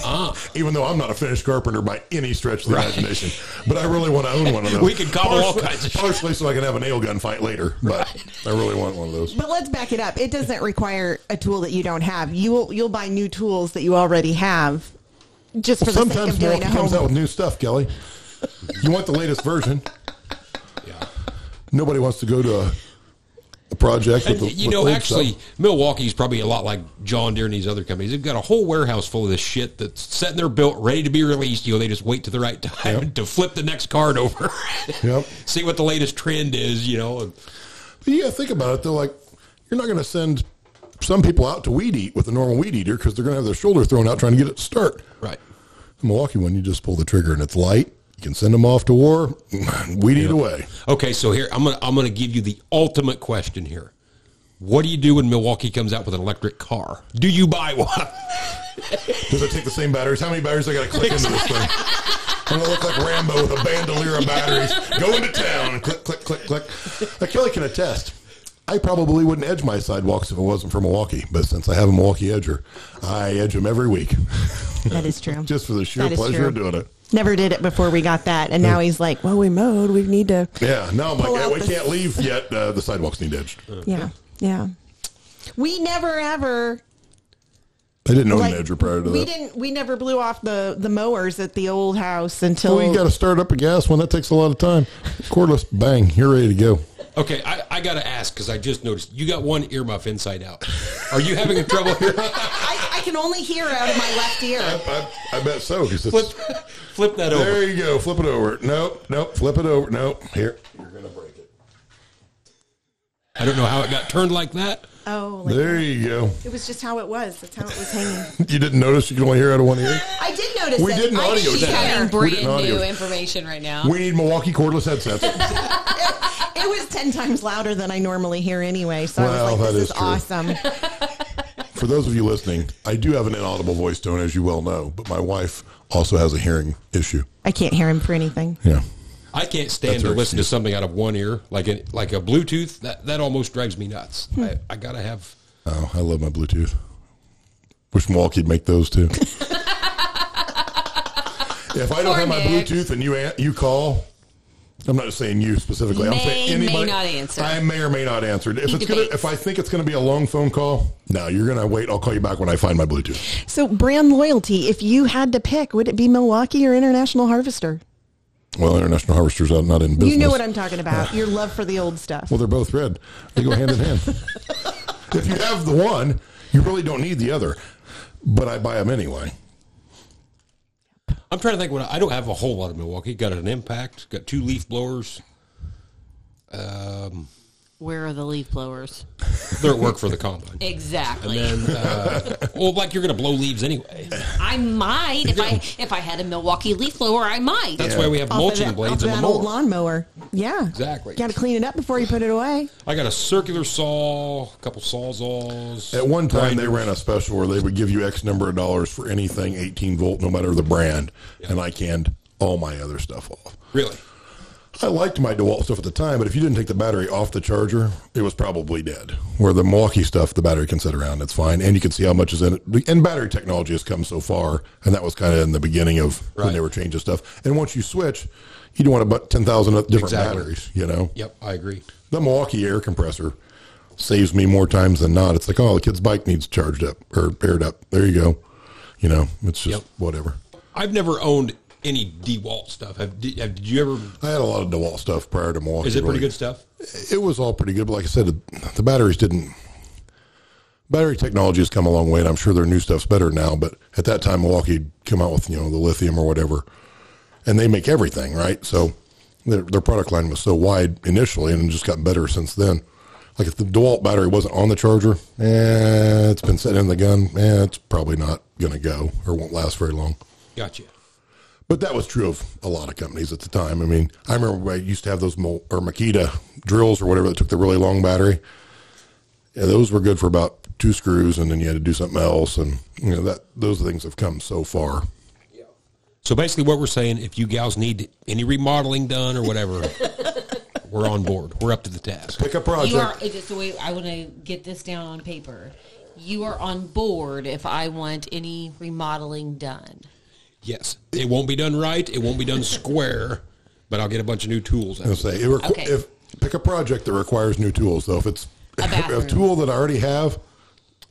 [SPEAKER 1] Ah.
[SPEAKER 2] <laughs> even though I'm not a finished carpenter by any stretch of the imagination. But I really want to
[SPEAKER 1] <laughs>
[SPEAKER 2] own one of those.
[SPEAKER 1] We could cobble all
[SPEAKER 2] Partially-
[SPEAKER 1] kinds of shit.
[SPEAKER 2] partially so I can have a nail gun fight later. But I really want one of those.
[SPEAKER 3] But let's back it up. It doesn't require a tool that you don't have. You will you'll buy new tools that you already have, just for the sake
[SPEAKER 2] Sometimes
[SPEAKER 3] of doing
[SPEAKER 2] Milwaukee
[SPEAKER 3] a
[SPEAKER 2] comes out
[SPEAKER 3] home.
[SPEAKER 2] with new stuff, Kelly. You want the latest version.
[SPEAKER 1] Yeah.
[SPEAKER 2] Nobody wants to go to a, a project with the,
[SPEAKER 1] Uh, you
[SPEAKER 2] with
[SPEAKER 1] know,
[SPEAKER 2] old
[SPEAKER 1] actually,
[SPEAKER 2] stuff.
[SPEAKER 1] Milwaukee's probably a lot like John Deere and these other companies. They've got a whole warehouse full of this shit that's sitting there built, ready to be released. You know, they just wait to the right time <laughs>
[SPEAKER 2] Yep.
[SPEAKER 1] to flip the next card over,
[SPEAKER 2] Yep.
[SPEAKER 1] <laughs> see what the latest trend is. You know, and
[SPEAKER 2] But yeah, think about it though. Like, you're not going to send some people out to weed eat with a normal weed eater because they're going to have their shoulder thrown out trying to get it to start.
[SPEAKER 1] right.
[SPEAKER 2] The Milwaukee one, you just pull the trigger and it's light. You can send them off to war. <laughs> Weed eat away.
[SPEAKER 1] Okay, so here I'm gonna I'm gonna give you the ultimate question here. What do you do when Milwaukee comes out with an electric car? Do you buy one? <laughs>
[SPEAKER 2] Does it take the same batteries? How many batteries I got to click into this thing? I'm gonna look like Rambo with a bandolier of batteries. Go into town. Click, click, click, click. Now, Kelly can attest. I probably wouldn't edge my sidewalks if it wasn't for Milwaukee, but since I have a Milwaukee edger, I edge them every week <laughs>
[SPEAKER 3] That is true.
[SPEAKER 2] just for the sheer
[SPEAKER 3] That is
[SPEAKER 2] pleasure of
[SPEAKER 3] true.
[SPEAKER 2] doing it.
[SPEAKER 3] Never did it before we got that, and now he's like, "Well, we mowed. We need to."
[SPEAKER 2] Yeah, no, I'm like,
[SPEAKER 3] Pull
[SPEAKER 2] yeah,
[SPEAKER 3] out
[SPEAKER 2] we
[SPEAKER 3] the-
[SPEAKER 2] can't leave yet. Uh, the sidewalks need edged. I
[SPEAKER 3] Yeah, yeah. We never ever
[SPEAKER 2] didn't own
[SPEAKER 3] like
[SPEAKER 2] an edger prior to
[SPEAKER 3] we
[SPEAKER 2] that.
[SPEAKER 3] didn't. We never blew off the the mowers at the old house until
[SPEAKER 2] Well, you got to start up a gas one. That takes a lot of time. Cordless, bang, you're ready to go.
[SPEAKER 1] Okay, I, I gotta ask because I just noticed you got one earmuff inside out. Are you having trouble here? <laughs>
[SPEAKER 3] I, I can only hear out of my left ear.
[SPEAKER 2] I, I bet so. 'cause it's-
[SPEAKER 1] flip, flip that over.
[SPEAKER 2] There you go. Flip it over. Nope. Nope. Flip it over. Nope. Here. You're going to break it.
[SPEAKER 1] I don't know how it got turned like that.
[SPEAKER 3] Oh, like,
[SPEAKER 2] There you go.
[SPEAKER 3] it was just how it was. That's how it was
[SPEAKER 2] <laughs>
[SPEAKER 3] hanging.
[SPEAKER 2] You didn't notice you could only hear out of one ear?
[SPEAKER 3] I did notice.
[SPEAKER 2] We
[SPEAKER 3] it.
[SPEAKER 2] did an
[SPEAKER 3] I
[SPEAKER 2] audio
[SPEAKER 3] did
[SPEAKER 2] test.
[SPEAKER 3] hear.
[SPEAKER 4] Having
[SPEAKER 2] We didn't
[SPEAKER 4] brand
[SPEAKER 2] audio.
[SPEAKER 4] new information right now.
[SPEAKER 2] We need Milwaukee cordless headsets.
[SPEAKER 3] It was ten times louder than I normally hear anyway. So I
[SPEAKER 2] Well,
[SPEAKER 3] was
[SPEAKER 2] that
[SPEAKER 3] like, "This
[SPEAKER 2] is
[SPEAKER 3] is,
[SPEAKER 2] true. <laughs>
[SPEAKER 3] awesome."
[SPEAKER 2] For those of you listening, I do have an inaudible voice tone, as you well know, but my wife also has a hearing issue.
[SPEAKER 3] I can't hear him for anything.
[SPEAKER 2] Yeah.
[SPEAKER 1] I can't stand
[SPEAKER 2] That's
[SPEAKER 1] to
[SPEAKER 2] her
[SPEAKER 1] listen to
[SPEAKER 2] excuse.
[SPEAKER 1] something out of one ear, like a, like a Bluetooth. That that almost drives me nuts. I, I gotta have.
[SPEAKER 2] Oh, I love my Bluetooth. Wish Milwaukee'd make those
[SPEAKER 4] <laughs>
[SPEAKER 2] too. if I don't
[SPEAKER 4] Poor
[SPEAKER 2] have my
[SPEAKER 4] Nick.
[SPEAKER 2] Bluetooth and you an- you call, I'm not saying you specifically. I'm
[SPEAKER 4] May,
[SPEAKER 2] saying
[SPEAKER 4] may
[SPEAKER 2] anybody.
[SPEAKER 4] not answer.
[SPEAKER 2] I may or may not answer. If it's gonna,
[SPEAKER 4] debates.
[SPEAKER 2] if I think it's gonna be a long phone call, no, you're gonna wait. I'll call you back when I find my Bluetooth.
[SPEAKER 3] So brand loyalty. If you had to pick, would it be Milwaukee or International Harvester?
[SPEAKER 2] Well, International Harvester's out, not in business.
[SPEAKER 3] You know what I'm talking about. Your love for the old stuff.
[SPEAKER 2] Well, they're both red. They go hand in
[SPEAKER 4] <laughs>
[SPEAKER 2] hand. if you have the one, you really don't need the other. But I buy them anyway.
[SPEAKER 1] I'm trying to think. What I, I don't have a whole lot of Milwaukee. Got an impact. Got two leaf blowers. Um,
[SPEAKER 4] Where are the leaf blowers?
[SPEAKER 1] They're at work for the combine.
[SPEAKER 4] Exactly.
[SPEAKER 1] And uh, well, like you're gonna blow leaves anyway.
[SPEAKER 4] I might if I if I had a Milwaukee leaf blower, I might.
[SPEAKER 1] That's why we have
[SPEAKER 3] Off of
[SPEAKER 1] mulching
[SPEAKER 3] that-
[SPEAKER 1] blades
[SPEAKER 3] off of
[SPEAKER 1] in the
[SPEAKER 3] that old
[SPEAKER 1] mower.
[SPEAKER 3] lawnmower. Yeah,
[SPEAKER 1] Exactly.
[SPEAKER 3] Got to clean it up before you put it away.
[SPEAKER 1] I got a circular saw, a couple sawzalls.
[SPEAKER 2] At one time, they ran a special where they would give you X number of dollars for anything 18 volt, no matter the brand. And I canned all my other stuff off.
[SPEAKER 1] Really?
[SPEAKER 2] I liked my DeWalt stuff at the time, but if you didn't take the battery off the charger, it was probably dead. Where the Milwaukee stuff, the battery can sit around, it's fine. And you can see how much is in it. And battery technology has come so far. And that was kind of in the beginning of when
[SPEAKER 1] Right.
[SPEAKER 2] they were changing stuff. And once you switch, you don't want about 10,000 different
[SPEAKER 1] Exactly.
[SPEAKER 2] batteries, you know?
[SPEAKER 1] Yep, I agree.
[SPEAKER 2] The Milwaukee air compressor saves me more times than not. It's like, oh, the kid's bike needs charged up or aired up. There you go. You know, it's just
[SPEAKER 1] Yep.
[SPEAKER 2] whatever.
[SPEAKER 1] I've never owned any DeWalt stuff. Have, did, have, did you ever?
[SPEAKER 2] I had a lot of DeWalt stuff prior to Milwaukee.
[SPEAKER 1] Is it pretty
[SPEAKER 2] really.
[SPEAKER 1] good stuff?
[SPEAKER 2] It was all pretty good, but like I said, the batteries didn't. Battery technology has come a long way, and I'm sure their new stuff's better now. But at that time, Milwaukee come out with you know the lithium or whatever, and they make everything right. So their, their product line was so wide initially, and it just got better since then. Like if the Dewalt battery wasn't on the charger, eh, it's been set in the gun, eh, it's probably not going to go or won't last very long.
[SPEAKER 1] Gotcha.
[SPEAKER 2] But that was true of a lot of companies at the time. I mean, I remember I used to have those Mo- or Makita drills or whatever that took the really long battery. Yeah, those were good for about two screws, and then you had to do something else, and you know that those things have come so far.
[SPEAKER 1] So basically, what we're saying, if you gals need any remodeling done or whatever,
[SPEAKER 3] <laughs>
[SPEAKER 1] we're on board. We're up to the task.
[SPEAKER 2] Pick a
[SPEAKER 4] You are
[SPEAKER 2] project.
[SPEAKER 4] it's just the way I want to get this down on paper. You are on board if I want any remodeling done.
[SPEAKER 1] Yes, it won't be done right. It won't be done square, but I'll get a bunch of new tools.
[SPEAKER 2] I
[SPEAKER 1] Out.
[SPEAKER 2] say it requ-
[SPEAKER 4] Okay.
[SPEAKER 2] if pick a project that requires new tools, though. <laughs> If it's
[SPEAKER 4] A
[SPEAKER 2] a
[SPEAKER 4] bathroom.
[SPEAKER 2] tool that I already have,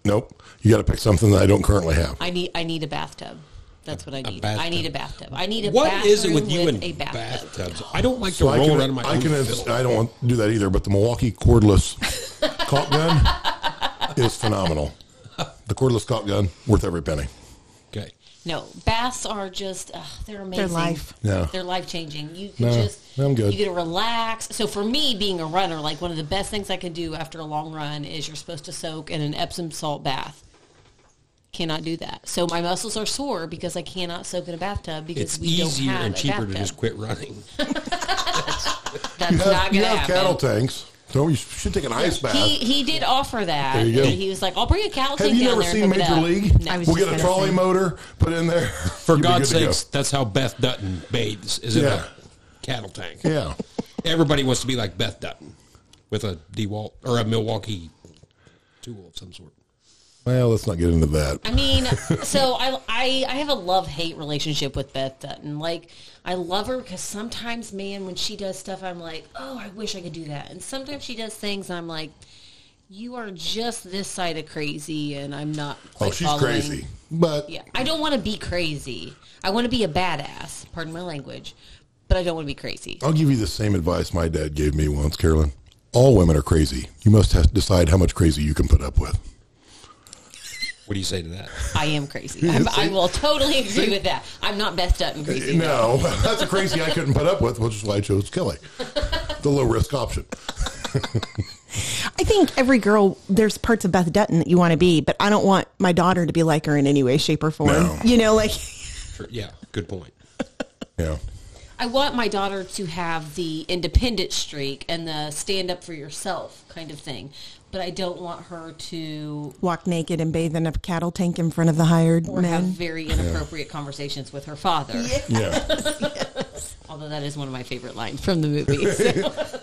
[SPEAKER 2] nope. You got to pick something that I don't currently have.
[SPEAKER 4] I need I need a bathtub. That's what I need. I
[SPEAKER 1] bathtub.
[SPEAKER 4] need a bathtub. I need a
[SPEAKER 1] What
[SPEAKER 4] bathroom
[SPEAKER 1] is it with you and
[SPEAKER 4] a bathtub.
[SPEAKER 1] bathtubs? I don't like
[SPEAKER 2] So
[SPEAKER 1] to
[SPEAKER 2] I
[SPEAKER 1] roll
[SPEAKER 2] can,
[SPEAKER 1] around in my
[SPEAKER 2] I,
[SPEAKER 1] own
[SPEAKER 2] can
[SPEAKER 1] filth.
[SPEAKER 2] I don't want to do that either. But the Milwaukee cordless caulk gun is phenomenal. The cordless caulk gun worth every penny.
[SPEAKER 1] Okay.
[SPEAKER 4] No, baths are just ugh, they're amazing.
[SPEAKER 3] life.
[SPEAKER 2] Yeah.
[SPEAKER 4] they're life changing. You can
[SPEAKER 2] No,
[SPEAKER 4] just
[SPEAKER 2] I'm good.
[SPEAKER 4] You get to relax. So for me, being a runner, like one of the best things I can do after a long run is you're supposed to soak in an Epsom salt bath. Cannot do that. So my muscles are sore because I cannot soak in a bathtub because
[SPEAKER 1] It's
[SPEAKER 4] we
[SPEAKER 1] easier
[SPEAKER 4] don't have
[SPEAKER 1] and
[SPEAKER 4] a
[SPEAKER 1] cheaper to
[SPEAKER 4] bathtub.
[SPEAKER 1] just quit
[SPEAKER 2] <laughs>
[SPEAKER 1] running.
[SPEAKER 4] That's
[SPEAKER 2] You
[SPEAKER 4] not
[SPEAKER 2] have, <laughs> you
[SPEAKER 4] going to
[SPEAKER 2] have
[SPEAKER 4] happen.
[SPEAKER 2] cattle tanks. So you should take an ice bath.
[SPEAKER 4] He he did offer that.
[SPEAKER 2] There you go.
[SPEAKER 4] And he was like, "I'll bring a cattle
[SPEAKER 2] have
[SPEAKER 4] tank
[SPEAKER 2] you
[SPEAKER 4] down
[SPEAKER 2] never
[SPEAKER 4] there uh,
[SPEAKER 2] seen
[SPEAKER 4] and hook it
[SPEAKER 2] Major
[SPEAKER 4] up."
[SPEAKER 2] League?
[SPEAKER 4] No.
[SPEAKER 3] I was
[SPEAKER 2] We'll
[SPEAKER 3] just
[SPEAKER 2] get a
[SPEAKER 3] gonna
[SPEAKER 2] trolley
[SPEAKER 3] say.
[SPEAKER 2] motor put in there.
[SPEAKER 1] For God's sakes, that's how Beth Dutton bathes is in
[SPEAKER 2] Yeah.
[SPEAKER 1] a cattle tank.
[SPEAKER 2] Yeah.
[SPEAKER 1] Everybody wants to be like Beth Dutton with a DeWalt or a Milwaukee tool of some sort.
[SPEAKER 2] Well, let's not get into that.
[SPEAKER 4] I mean, so I, I I have a love hate relationship with Beth Dutton. Like I love her because sometimes, man, when she does stuff, I'm like, oh, I wish I could do that. And sometimes she does things, I'm like, you are just this side of crazy, and I'm not.
[SPEAKER 2] Oh,
[SPEAKER 4] quite
[SPEAKER 2] she's
[SPEAKER 4] following."
[SPEAKER 2] crazy. But
[SPEAKER 4] Yeah, I don't want to be crazy. I want to be a badass. Pardon my language, but I don't want to be crazy.
[SPEAKER 2] I'll give you the same advice my dad gave me once, Carolyn. All women are crazy. You must have decide how much crazy you can put up with.
[SPEAKER 1] What do you say to that?
[SPEAKER 4] I
[SPEAKER 2] <laughs>
[SPEAKER 4] am crazy. I'm, I will totally agree with that. I'm not Beth Dutton crazy.
[SPEAKER 2] No, <laughs> that's a crazy I couldn't put up with, which is why I chose Kelly, the low risk option.
[SPEAKER 3] I think every girl, there's parts of Beth Dutton that you want to be, but I don't want my daughter to be like her in any way, shape, or form.
[SPEAKER 2] No.
[SPEAKER 3] You know, like <laughs>
[SPEAKER 1] Sure, Yeah, good point.
[SPEAKER 2] Yeah.
[SPEAKER 4] I want my daughter to have the independent streak and the stand up for yourself kind of thing, but I don't want her to
[SPEAKER 3] walk naked and bathe in a cattle tank in front of the hired
[SPEAKER 4] or have
[SPEAKER 3] men.
[SPEAKER 4] very inappropriate conversations with her father.
[SPEAKER 2] Yeah.
[SPEAKER 4] Although that is one of my favorite lines from the movie. So,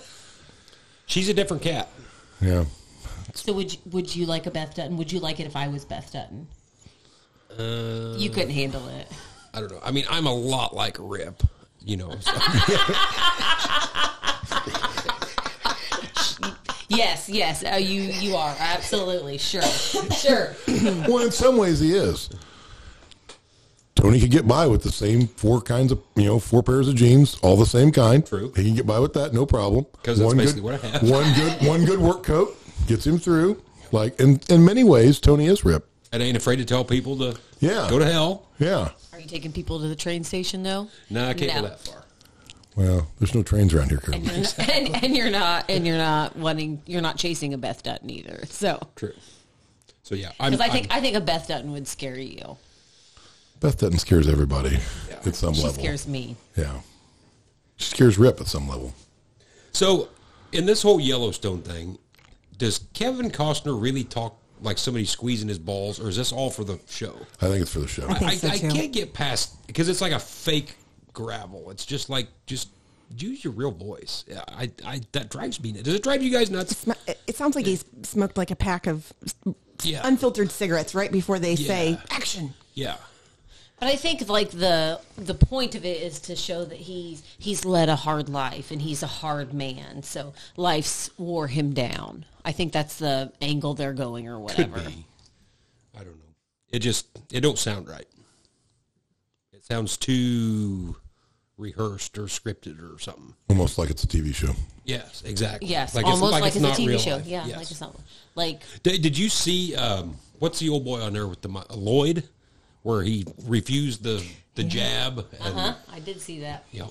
[SPEAKER 1] She's a different cat.
[SPEAKER 2] Yeah.
[SPEAKER 4] so would you, would you like a Beth Dutton? Would you like it if I was Beth Dutton?
[SPEAKER 1] Uh,
[SPEAKER 4] you couldn't handle it.
[SPEAKER 1] I don't know. I mean, I'm a lot like Rip, you know. <laughs> so-
[SPEAKER 4] Yes, yes. Oh, you you are absolutely sure, sure.
[SPEAKER 1] <coughs>
[SPEAKER 2] Well, in some ways, he is. Tony could get by with the same four kinds of, you know, four pairs of jeans, all the same kind.
[SPEAKER 1] True.
[SPEAKER 2] He can get by with that, no problem.
[SPEAKER 1] 'Cause that's
[SPEAKER 2] One
[SPEAKER 1] basically
[SPEAKER 2] good-
[SPEAKER 1] what I have.
[SPEAKER 2] <laughs> One good, one good work coat gets him through. Like, in, in many ways, Tony is rip.
[SPEAKER 1] and ain't afraid to tell people to
[SPEAKER 2] Yeah.
[SPEAKER 1] go to hell.
[SPEAKER 2] Yeah.
[SPEAKER 4] Are you taking people to the train station though?
[SPEAKER 1] No, I can't
[SPEAKER 4] No.
[SPEAKER 1] go that far.
[SPEAKER 2] Well, there's no trains around here, Kirby.
[SPEAKER 4] and, and you're not and you're not wanting you're not chasing a Beth Dutton either. So
[SPEAKER 1] True. So yeah, I'm.
[SPEAKER 4] because I think
[SPEAKER 1] I'm-
[SPEAKER 4] i think a Beth Dutton would scare you.
[SPEAKER 2] Beth Dutton scares everybody at some
[SPEAKER 4] She
[SPEAKER 2] level.
[SPEAKER 4] scares me.
[SPEAKER 2] Yeah. She scares Rip at some level.
[SPEAKER 1] so in this whole Yellowstone thing, does Kevin Costner really talk like somebody squeezing his balls, or is this all for the show?
[SPEAKER 2] I think it's for the show.
[SPEAKER 1] I,
[SPEAKER 3] think so,
[SPEAKER 1] I
[SPEAKER 3] too.
[SPEAKER 1] can't get past because it's like a fake gravel. It's just like just use your real voice. Yeah, I, I that drives me. nuts. Does it drive you guys nuts?
[SPEAKER 3] Sm- It sounds like he's smoked like a pack of
[SPEAKER 1] Yeah,
[SPEAKER 3] unfiltered cigarettes right before they say
[SPEAKER 1] Yeah.
[SPEAKER 3] action.
[SPEAKER 1] yeah.
[SPEAKER 4] But I think like the the point of it is to show that he's he's led a hard life and he's a hard man. So life's wore him down. I think that's the angle they're going or whatever.
[SPEAKER 1] I don't know. It just it don't sound right. It sounds too rehearsed or scripted or something.
[SPEAKER 2] Almost like it's a TV show.
[SPEAKER 1] Yes, exactly.
[SPEAKER 4] Yes,
[SPEAKER 1] Like
[SPEAKER 4] almost like, it's,
[SPEAKER 1] not
[SPEAKER 4] a TV
[SPEAKER 1] real
[SPEAKER 4] show.
[SPEAKER 1] life.
[SPEAKER 4] Yeah,
[SPEAKER 1] Yes.
[SPEAKER 4] like it's not like
[SPEAKER 1] Did, did you see um, what's the old boy on there with the mi- Lloyd, where he refused the the jab and
[SPEAKER 4] huh? I did see that.
[SPEAKER 1] Yep.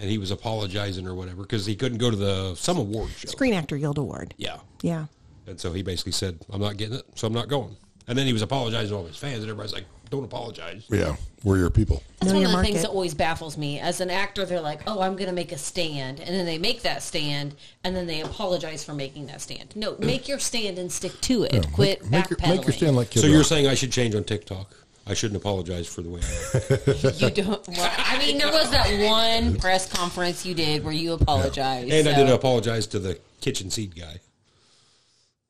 [SPEAKER 1] And he was apologizing or whatever because he couldn't go to the some award show.
[SPEAKER 3] Screen Actor Guild Award.
[SPEAKER 1] Yeah.
[SPEAKER 3] Yeah.
[SPEAKER 1] And so he basically said, "I'm not getting it, so I'm not going." And then he was apologizing to all his fans, and everybody's like, "Don't apologize."
[SPEAKER 2] Yeah, we're your people.
[SPEAKER 4] That's
[SPEAKER 3] Know
[SPEAKER 4] one of
[SPEAKER 3] your
[SPEAKER 4] the things
[SPEAKER 3] market.
[SPEAKER 4] that always baffles me. As an actor, they're like, "Oh, I'm going to make a stand," and then they make that stand, and then they apologize for making that stand. No, make your stand and stick to it. Quit
[SPEAKER 2] Mm. Make your,
[SPEAKER 4] backpedaling.
[SPEAKER 2] make your stand like Kid
[SPEAKER 1] So you're
[SPEAKER 2] Rock.
[SPEAKER 1] saying I should change on TikTok? I shouldn't apologize for the way. I
[SPEAKER 4] you don't. Well, I mean, there was that one press conference you did where you apologized,
[SPEAKER 1] and I
[SPEAKER 4] so-
[SPEAKER 1] did apologize to the kitchen seed guy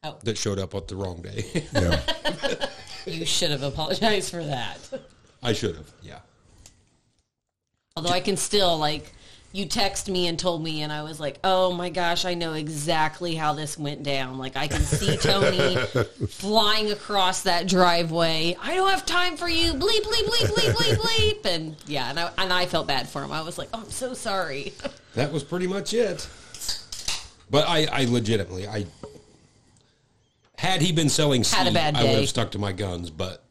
[SPEAKER 4] Oh.
[SPEAKER 1] that showed up on the wrong day. <laughs>
[SPEAKER 2] Yeah.
[SPEAKER 4] You should have apologized for that.
[SPEAKER 1] I should have. Yeah.
[SPEAKER 4] Although I can still like you text me and told me and I was like, "Oh my gosh, I know exactly how this went down. Like I can see Tony flying across that driveway. I don't have time for you. Bleep bleep bleep bleep bleep bleep." And yeah, and I and I felt bad for him. I was like, "Oh, I'm so sorry." <laughs>
[SPEAKER 1] that was pretty much it. But I, I legitimately, I had he been selling seed,
[SPEAKER 4] Had a bad
[SPEAKER 1] I would
[SPEAKER 4] day.
[SPEAKER 1] have stuck to my guns. But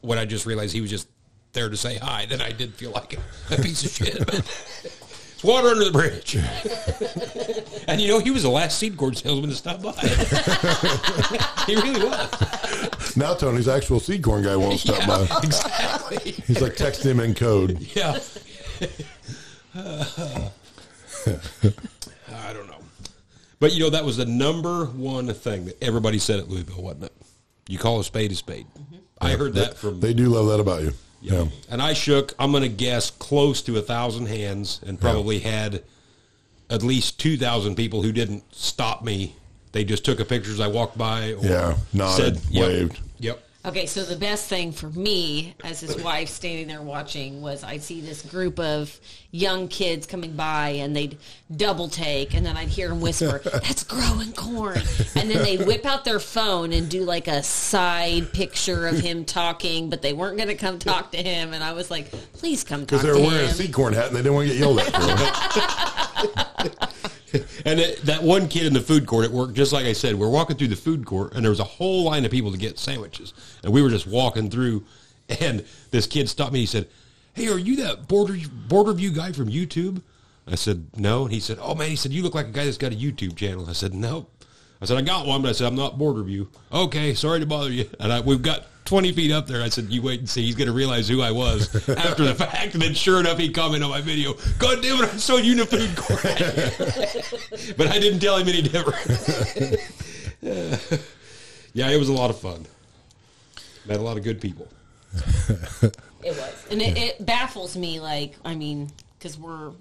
[SPEAKER 1] when I just realized he was just there to say hi, then I did feel like a, a piece of shit. <laughs> It's Water under the bridge, <laughs> and you know he was the last seed corn salesman to stop by. <laughs> he really was.
[SPEAKER 2] Now Tony's actual seed corn guy won't stop
[SPEAKER 4] <laughs>
[SPEAKER 2] by.
[SPEAKER 1] <laughs> Exactly.
[SPEAKER 2] He's like text him in code. <laughs>
[SPEAKER 1] Yeah. <laughs> I don't know. But you know, that was the number one thing that everybody said at Louisville, wasn't it? You call a spade a spade. I heard that from
[SPEAKER 2] They do love that about you. Yeah.
[SPEAKER 1] and I shook, I'm gonna guess close to a thousand hands and probably had at least two thousand people who didn't stop me. They just took a picture as I walked by or
[SPEAKER 2] Yeah, nodded,
[SPEAKER 1] yep,
[SPEAKER 2] waved.
[SPEAKER 1] Yep.
[SPEAKER 4] Okay, so the best thing for me as his wife standing there watching was I'd see this group of young kids coming by and they'd double take and then I'd hear them whisper, that's growing corn. And then they'd whip out their phone and do like a side picture of him talking, but they weren't going to come talk to him. And I was like, please come
[SPEAKER 2] Because
[SPEAKER 4] talk to
[SPEAKER 2] they were wearing a
[SPEAKER 4] him.
[SPEAKER 2] seed corn hat and they didn't want to get yelled at.
[SPEAKER 4] <laughs>
[SPEAKER 2] for it.
[SPEAKER 1] And it, that one kid in the food court at work, just like I said, we're walking through the food court, and there was a whole line of people to get sandwiches, and we were just walking through, and this kid stopped me. He said, "Hey, are you that border border view guy from YouTube?" I said, "No," and he said, "Oh man," he said, "You look like a guy that's got a YouTube channel." I said, "Nope." I said, "I got one," but I said, "I'm not border view." Okay, sorry to bother you. And I, we've got. 20 feet up there. I said, you wait and see. He's going to realize who I was after the fact. And then sure enough, he commented on my video. God damn it, I saw you in the food court. but I didn't tell him any different. <laughs> yeah, it was a lot of fun. Met a lot of good people.
[SPEAKER 4] It was. And it, it baffles me, like, I mean, because we're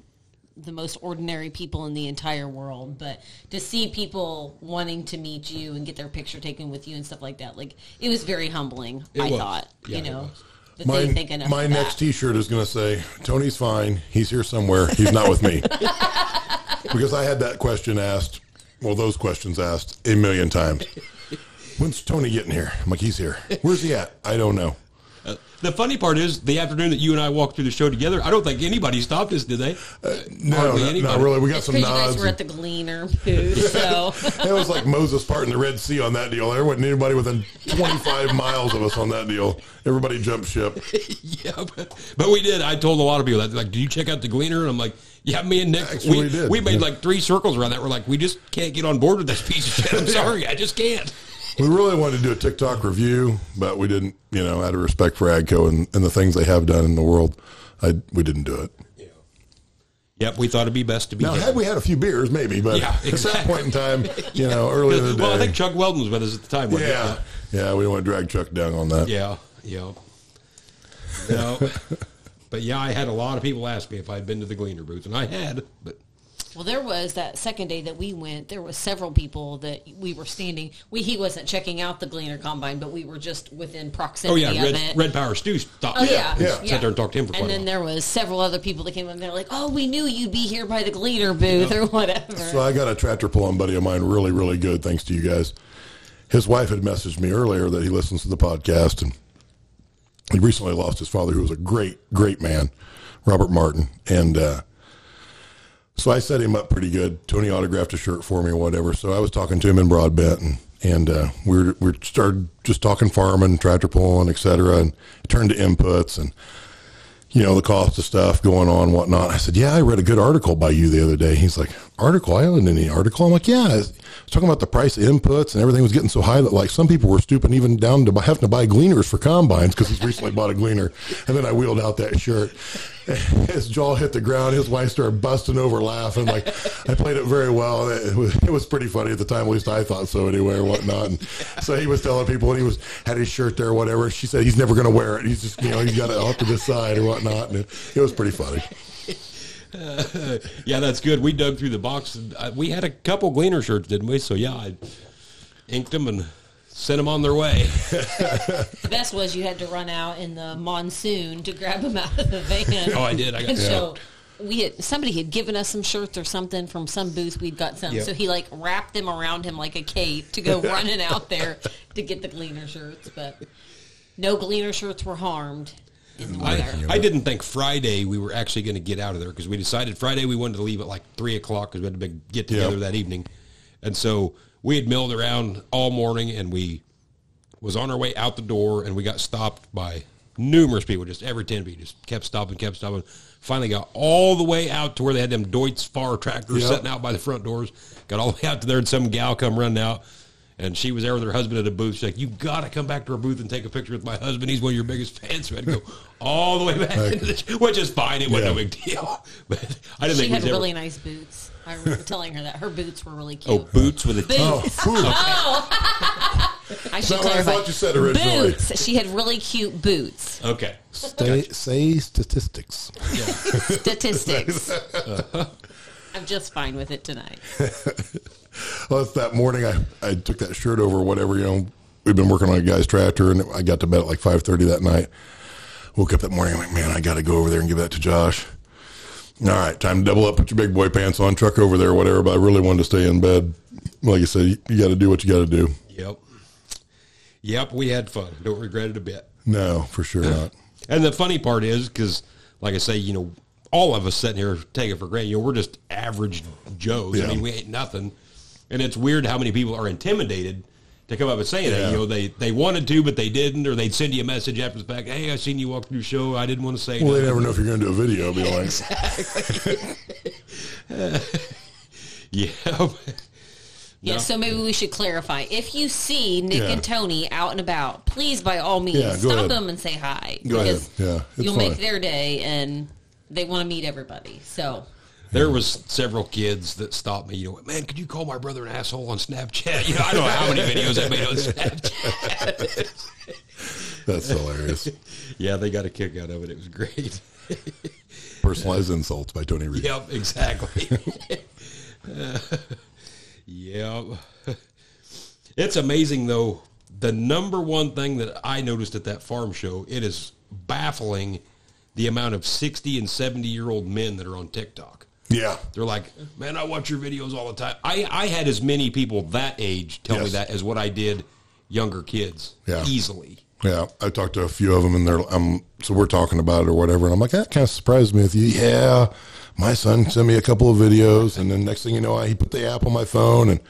[SPEAKER 4] the most ordinary people in the entire world, but to see people wanting to meet you and get their picture taken with you and stuff like that, like, it was very humbling,
[SPEAKER 1] It
[SPEAKER 4] I
[SPEAKER 1] was.
[SPEAKER 4] thought,
[SPEAKER 1] Yeah,
[SPEAKER 4] you
[SPEAKER 1] it
[SPEAKER 4] know.
[SPEAKER 1] was.
[SPEAKER 4] that
[SPEAKER 2] My,
[SPEAKER 4] they think enough
[SPEAKER 2] my
[SPEAKER 4] of that.
[SPEAKER 2] next t shirt is going to say, Tony's fine. He's here somewhere. He's not with
[SPEAKER 4] <laughs>
[SPEAKER 2] me. because I had that question asked, well, those questions asked a million times. When's Tony getting here? I'm like, he's here. Where's he at? I don't know.
[SPEAKER 1] The funny part is, the afternoon that you and I walked through the show together, I don't think anybody stopped us, did they?
[SPEAKER 2] No,
[SPEAKER 1] Hardly
[SPEAKER 2] not, not
[SPEAKER 1] anybody.
[SPEAKER 2] really. We got
[SPEAKER 4] It's
[SPEAKER 2] some
[SPEAKER 4] because you guys
[SPEAKER 2] nods.
[SPEAKER 4] were at the Gleaner booth,
[SPEAKER 1] <laughs>
[SPEAKER 4] so
[SPEAKER 2] <laughs> It was like Moses part in the Red Sea on that deal. There wasn't anybody within 25 miles of us on that deal. Everybody jumped ship.
[SPEAKER 1] yeah, but, <laughs> but we did. I told a lot of people that. Like, did you check out the Gleaner? And I'm like, yeah, me and Nick,
[SPEAKER 2] Actually,
[SPEAKER 1] we,
[SPEAKER 2] we did,
[SPEAKER 1] we made
[SPEAKER 2] yeah.
[SPEAKER 1] like three circles around that. We're like, we just can't get on board with this piece of <laughs> shit. I'm sorry, I just can't.
[SPEAKER 2] We really wanted to do a TikTok review, but we didn't, you know, out of respect for AGCO and, and the things they have done in the world, I, we didn't do it.
[SPEAKER 1] Yep, we thought it'd be best to be.
[SPEAKER 2] Now,
[SPEAKER 1] hidden.
[SPEAKER 2] had we had a few beers, maybe, but
[SPEAKER 1] Yeah,
[SPEAKER 2] at that
[SPEAKER 1] exactly.
[SPEAKER 2] point in time, you know, earlier in the day.
[SPEAKER 1] well, I think Chuck Weldon was with us at the time. wasn't he?
[SPEAKER 2] yeah. Yeah, we don't want to drag Chuck down on that.
[SPEAKER 1] Yeah, yeah. No. but yeah, I had a lot of people ask me if I'd been to the Gleaner booth, and I had, but
[SPEAKER 4] Well, there was that second day that we went. There was several people that we were standing. We he wasn't checking out the Gleaner Combine, but we were just within
[SPEAKER 1] oh
[SPEAKER 4] proximity
[SPEAKER 1] yeah,
[SPEAKER 4] of
[SPEAKER 1] Red,
[SPEAKER 4] it.
[SPEAKER 1] Red Power Stu stopped.
[SPEAKER 4] Oh yeah,
[SPEAKER 1] and sat there and talked to him for
[SPEAKER 4] And
[SPEAKER 1] quite a
[SPEAKER 4] then
[SPEAKER 1] while.
[SPEAKER 4] there was several other people that came up. They're like, "Oh, we knew you'd be here by the Gleaner booth or whatever."
[SPEAKER 2] So I got a tractor pulling buddy of mine, really, really good. Thanks to you guys. His wife had messaged me earlier that he listens to the podcast, and he recently lost his father, who was a great, great man, Robert Martin. And uh, so I set him up pretty good. Tony autographed a shirt for me or whatever. So I was talking to him in Broadbent, and and uh, we were, we started just talking farming, tractor pulling, et cetera, and it turned to inputs and you know, the cost of stuff going on, whatnot. I said, Yeah, I read a good article by you the other day. He's like, article. I haven't any article. I'm like, yeah, it's it's talking about the price of inputs and everything was getting so high that like some people were stooping even down to bu- having to buy gleaners for combines because he's recently bought a gleaner. And then I wheeled out that shirt. <laughs> His jaw hit the ground. His wife started busting over laughing. Like I played it very well. It was, it was pretty funny at the time. At least I thought so anyway or whatnot. And so he was telling people and he was had his shirt there, whatever. She said he's never going to wear it. He's just, you know, he's got it off to the side or whatnot. And it, it was pretty funny.
[SPEAKER 1] Yeah, that's good. We dug through the box. And uh, we had a couple gleaner shirts, didn't we? So yeah, I inked them and sent them on their way.
[SPEAKER 4] The best was you had to run out in the monsoon to grab them out of the van.
[SPEAKER 1] Oh, I did. I got
[SPEAKER 4] And so we had somebody had given us some shirts or something from some booth we'd got some.
[SPEAKER 1] Yep.
[SPEAKER 4] So he like wrapped them around him like a cape
[SPEAKER 1] <laughs>
[SPEAKER 4] to go running out there to get the gleaner shirts, but no gleaner shirts were harmed in the
[SPEAKER 1] I,
[SPEAKER 4] weather.
[SPEAKER 1] I didn't think Friday we were actually going to get out of there because we decided Friday we wanted to leave at like three o'clock because we had a big get together
[SPEAKER 2] Yeah.
[SPEAKER 1] that evening, and so we had milled around all morning and we was on our way out the door and we got stopped by numerous people just every 10 feet just kept stopping kept stopping finally got all the way out to where they had them deutz far tractors
[SPEAKER 2] Yep.
[SPEAKER 1] sitting out by the front doors got all the way out to there and some gal come running out and she was there with her husband at a booth she's like you gotta come back to our booth and take a picture with my husband he's one of your biggest fans so i had
[SPEAKER 2] <laughs>
[SPEAKER 1] to go all the way back into the- which is fine it wasn't
[SPEAKER 2] Yeah.
[SPEAKER 1] a big deal <laughs> but i didn't
[SPEAKER 4] she
[SPEAKER 1] think it
[SPEAKER 4] had
[SPEAKER 1] was ever,
[SPEAKER 4] really nice boots. I remember telling her that her boots were really
[SPEAKER 1] oh
[SPEAKER 4] cute.
[SPEAKER 1] boots with a
[SPEAKER 4] Boots.
[SPEAKER 1] T.
[SPEAKER 2] Oh, phew.
[SPEAKER 4] I should
[SPEAKER 2] not what I
[SPEAKER 4] clarify.
[SPEAKER 2] thought you said originally.
[SPEAKER 4] Boots. She had really
[SPEAKER 2] <laughs>
[SPEAKER 4] cute boots.
[SPEAKER 1] okay
[SPEAKER 2] Stay, say statistics. <laughs>
[SPEAKER 4] Statistics. I'm just fine with it tonight.
[SPEAKER 2] Well, it's that morning I, I took that shirt over, whatever, you know, we've been working on a guy's tractor and I got to bed at like 5.30 that night. Woke up that morning, I'm like, man, I got to go over there and give that to Josh. All right, time to double up, put your big boy pants on, truck over there, whatever. But I really wanted to stay in bed. Like I said, you, you got to do what you got to do.
[SPEAKER 1] yep yep we had fun don't regret it a bit
[SPEAKER 2] No, for sure not.
[SPEAKER 1] And the funny part is, because like I say, you know, all of us sitting here take it for granted. You know, we're just average Joes. I
[SPEAKER 2] Yeah.
[SPEAKER 1] mean, we ain't nothing. And it's weird how many people are intimidated to come up and say that.
[SPEAKER 2] Yeah.
[SPEAKER 1] You know, they they wanted to, but they didn't, or they'd send you a message after the fact. Hey, I seen you walk through the show. I didn't want to say.
[SPEAKER 2] Well, they
[SPEAKER 1] nothing."
[SPEAKER 2] never know if you're going to do a video. Be like,
[SPEAKER 1] <laughs> yeah.
[SPEAKER 4] Yeah,
[SPEAKER 1] No.
[SPEAKER 4] so maybe we should clarify. If you see Nick
[SPEAKER 2] Yeah.
[SPEAKER 4] and Tony out and about, please by all means
[SPEAKER 2] Yeah, go
[SPEAKER 4] stop
[SPEAKER 2] ahead.
[SPEAKER 4] them and say hi.
[SPEAKER 2] Go ahead. Yeah, it's
[SPEAKER 4] you'll make
[SPEAKER 2] fine.
[SPEAKER 4] their day, and they want to meet everybody. So
[SPEAKER 1] There was several kids that stopped me. You know, man, could you call my brother an asshole on Snapchat? <laughs> You know, I don't know how many videos I made on Snapchat.
[SPEAKER 2] that's hilarious.
[SPEAKER 1] <laughs> Yeah, they got a kick out of it. It was great. <laughs>
[SPEAKER 2] Personalized insults by Tony Reed.
[SPEAKER 1] Yep, exactly. yep. It's amazing though. The number one thing that I noticed at that farm show, it is baffling the amount of 60 and 70 year old men that are on TikTok.
[SPEAKER 2] Yeah.
[SPEAKER 1] They're like, man, I watch your videos all the time. I, I had as many people that age tell me
[SPEAKER 2] Yes.
[SPEAKER 1] that as what I did younger kids
[SPEAKER 2] Yeah.
[SPEAKER 1] easily.
[SPEAKER 2] Yeah, I talked to a few of them, and they're um, so we're talking about it or whatever, and I'm like, that kind of surprised me. With you, yeah, my son sent me a couple of videos, and then next thing you know, I, he put the app on my phone, and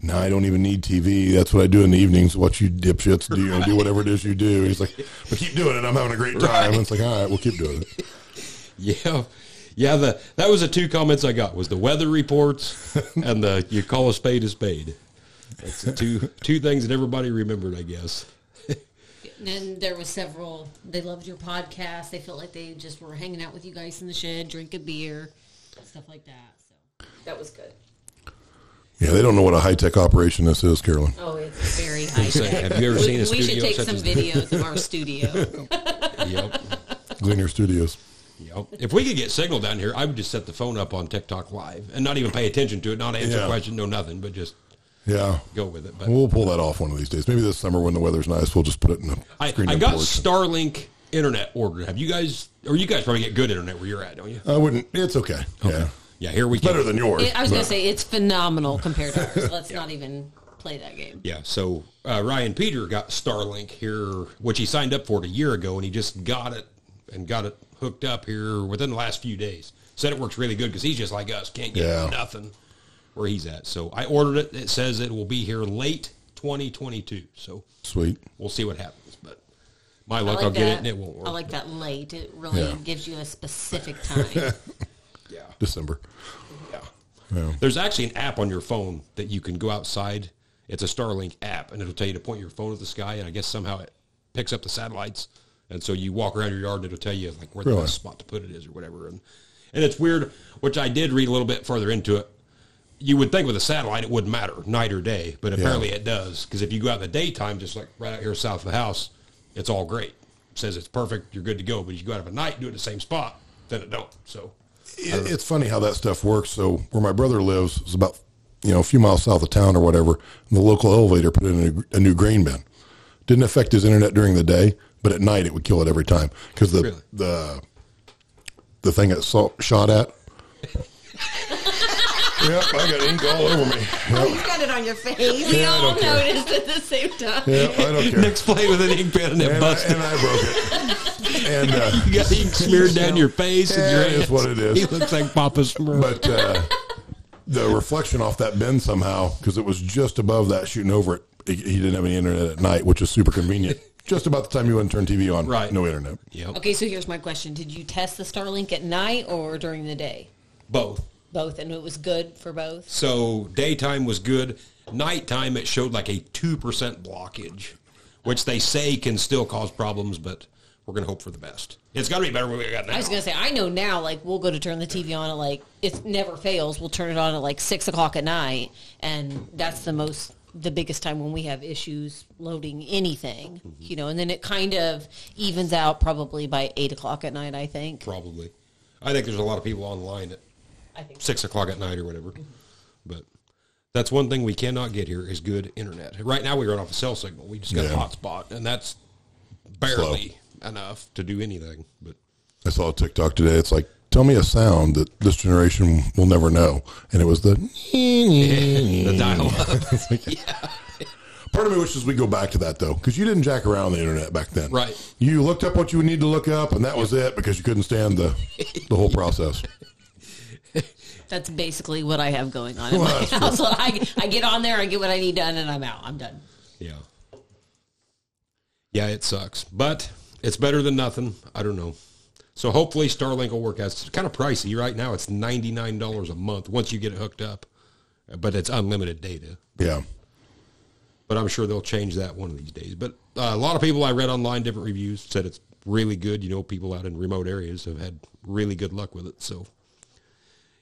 [SPEAKER 2] now I don't even need TV. That's what I do in the evenings. What you dipshits do, and do whatever it is you do. He's like, but keep doing it. I'm having a great time. And it's like, all right, we'll keep doing it.
[SPEAKER 1] <laughs> Yeah. Yeah, the that was the two comments I got was the weather
[SPEAKER 2] <laughs>
[SPEAKER 1] reports and the you call a spade a spade. That's the two two things that everybody remembered, I
[SPEAKER 2] <laughs>
[SPEAKER 1] guess.
[SPEAKER 4] and there was several. They loved your podcast. They felt like they just were hanging out with you guys in the shed, drink a beer, stuff like that. So that was good.
[SPEAKER 2] Yeah, they don't know what a high tech operation this is, Carolyn.
[SPEAKER 4] Oh, it's very high
[SPEAKER 1] Say, <laughs>
[SPEAKER 4] tech.
[SPEAKER 1] have you ever
[SPEAKER 4] We,
[SPEAKER 1] seen a
[SPEAKER 4] we
[SPEAKER 1] studio
[SPEAKER 4] should take
[SPEAKER 1] such
[SPEAKER 4] some
[SPEAKER 1] as
[SPEAKER 4] videos of our
[SPEAKER 1] <laughs>
[SPEAKER 4] studio.
[SPEAKER 1] Yep.
[SPEAKER 2] Gleaner Studios.
[SPEAKER 1] Yep. If we could get signal down here, I would just set the phone up on TikTok live and not even pay attention to it, not answer
[SPEAKER 2] Yeah.
[SPEAKER 1] a question, no nothing, but just
[SPEAKER 2] Yeah.
[SPEAKER 1] go with it. But
[SPEAKER 2] We'll pull that off one of these days. Maybe this summer when the weather's nice, we'll just put it in the
[SPEAKER 1] I,
[SPEAKER 2] screen.
[SPEAKER 1] I
[SPEAKER 2] door
[SPEAKER 1] got
[SPEAKER 2] porch.
[SPEAKER 1] Starlink internet ordered. Have you guys or you guys probably get good internet where you're at, don't you?
[SPEAKER 2] I wouldn't. It's okay. Yeah.
[SPEAKER 1] Yeah, here we go.
[SPEAKER 2] Uh, Better than yours.
[SPEAKER 4] It- I was going
[SPEAKER 2] but-
[SPEAKER 4] to say it's phenomenal compared to ours. Let's not even play that game.
[SPEAKER 1] Yeah, so uh, Ryan Peter got Starlink here, which he signed up for it a year ago, and he just got it and got it hooked up here within the last few days. Said it works really good because he's just like us, can't get
[SPEAKER 2] Yeah.
[SPEAKER 1] nothing where he's at. So I ordered it. It says it will be here late 2022. So
[SPEAKER 2] Sweet.
[SPEAKER 1] we'll see what happens. But my
[SPEAKER 4] I
[SPEAKER 1] luck,
[SPEAKER 4] like
[SPEAKER 1] I'll
[SPEAKER 4] that.
[SPEAKER 1] get it and it won't work.
[SPEAKER 4] I like that late. It really
[SPEAKER 2] Yeah.
[SPEAKER 1] <laughs>
[SPEAKER 4] gives you a specific time.
[SPEAKER 1] yeah.
[SPEAKER 2] December.
[SPEAKER 1] yeah. There's actually an app on your phone that you can go outside. It's a Starlink app, and it'll tell you to point your phone at the sky, and I guess somehow it picks up the satellites, and so you walk around your yard, and it'll tell you like where the
[SPEAKER 2] Really?
[SPEAKER 1] best spot to put it is or whatever. And and it's weird, which I did read a little bit further into it. You would think with a satellite it wouldn't matter night or day, but apparently it does because if you go out in the daytime, just like right out here south of the house, it's all great. It says it's perfect, you're good to go. But if you go out of a night, do it in the same spot, then it don't. So
[SPEAKER 2] it, it's funny how that stuff works. So where my brother lives is about you know a few miles south of town or whatever. And the local elevator put in a, new- a new grain bin. Didn't affect his internet during the day, but at night it would kill it every time because the
[SPEAKER 1] Really?
[SPEAKER 2] the the thing it saw, shot <laughs> at. yep, I got ink all over me. Yep,
[SPEAKER 3] You got it on your face.
[SPEAKER 4] We
[SPEAKER 2] Yeah, I
[SPEAKER 4] all
[SPEAKER 2] don't care.
[SPEAKER 4] noticed at the same time.
[SPEAKER 2] yep, I don't care.
[SPEAKER 1] Nick's playing with an ink pen and it
[SPEAKER 2] and, I,
[SPEAKER 1] busted.
[SPEAKER 2] and I broke it. And <laughs> uh,
[SPEAKER 1] <laughs> You got ink smeared down your face and your
[SPEAKER 2] Yeah, it is
[SPEAKER 1] hands.
[SPEAKER 2] what it is.
[SPEAKER 1] He looks like Papa Smurf.
[SPEAKER 2] but uh, the reflection off that bend somehow because it was just above that shooting over it. He, he didn't have any internet at night, which is super convenient. just about the time you went and turn TV on,
[SPEAKER 1] Right.
[SPEAKER 2] No internet.
[SPEAKER 1] Yep.
[SPEAKER 4] Okay, so here's my question: Did you test the Starlink at night or during the day?
[SPEAKER 1] Both.
[SPEAKER 4] Both, and it was good for both.
[SPEAKER 1] So daytime was good. Nighttime it showed like a two percent blockage, which they say can still cause problems, but we're gonna hope for the best. It's gotta be better than what we got now.
[SPEAKER 4] I was gonna say, I know now. Like, we'll go to turn the TV on at like it never fails. We'll turn it on at like six o'clock at night, and that's the most, the biggest time when we have issues loading anything,
[SPEAKER 2] Mm-hmm.
[SPEAKER 4] you know. And then it kind of evens out probably by eight o'clock at night. I think.
[SPEAKER 1] Probably. I think there's a lot of people online at
[SPEAKER 4] I think.
[SPEAKER 1] six o'clock at night or whatever. But that's one thing we cannot get here is good internet. Right now we run off a cell signal. We just got a
[SPEAKER 2] Yeah.
[SPEAKER 1] hotspot and that's barely enough to do anything. But
[SPEAKER 2] I saw a TikTok today. It's like, tell me a sound that this generation will never know, and it was the.
[SPEAKER 1] the dial up.
[SPEAKER 2] Part of me wishes we go back to that though, because you didn't jack around the internet back then,
[SPEAKER 1] Right.
[SPEAKER 2] You looked up what you would need to look up, and that was it because you couldn't stand the the whole process.
[SPEAKER 4] That's basically what I have going on in
[SPEAKER 2] Well,
[SPEAKER 4] my
[SPEAKER 2] that's
[SPEAKER 4] house. <laughs> I, I get on there, I get what I need done, and I'm out. I'm done.
[SPEAKER 1] <laughs> Yeah. Yeah, it sucks, but it's better than nothing. I don't know. So hopefully Starlink will work out. It's kind of pricey right now. It's ninety nine dollars a month once you get it hooked up, but it's unlimited data.
[SPEAKER 2] Yeah,
[SPEAKER 1] But I'm sure they'll change that one of these days. But uh, a lot of people I read online, different reviews said it's really good. You know, people out in remote areas have had really good luck with it. So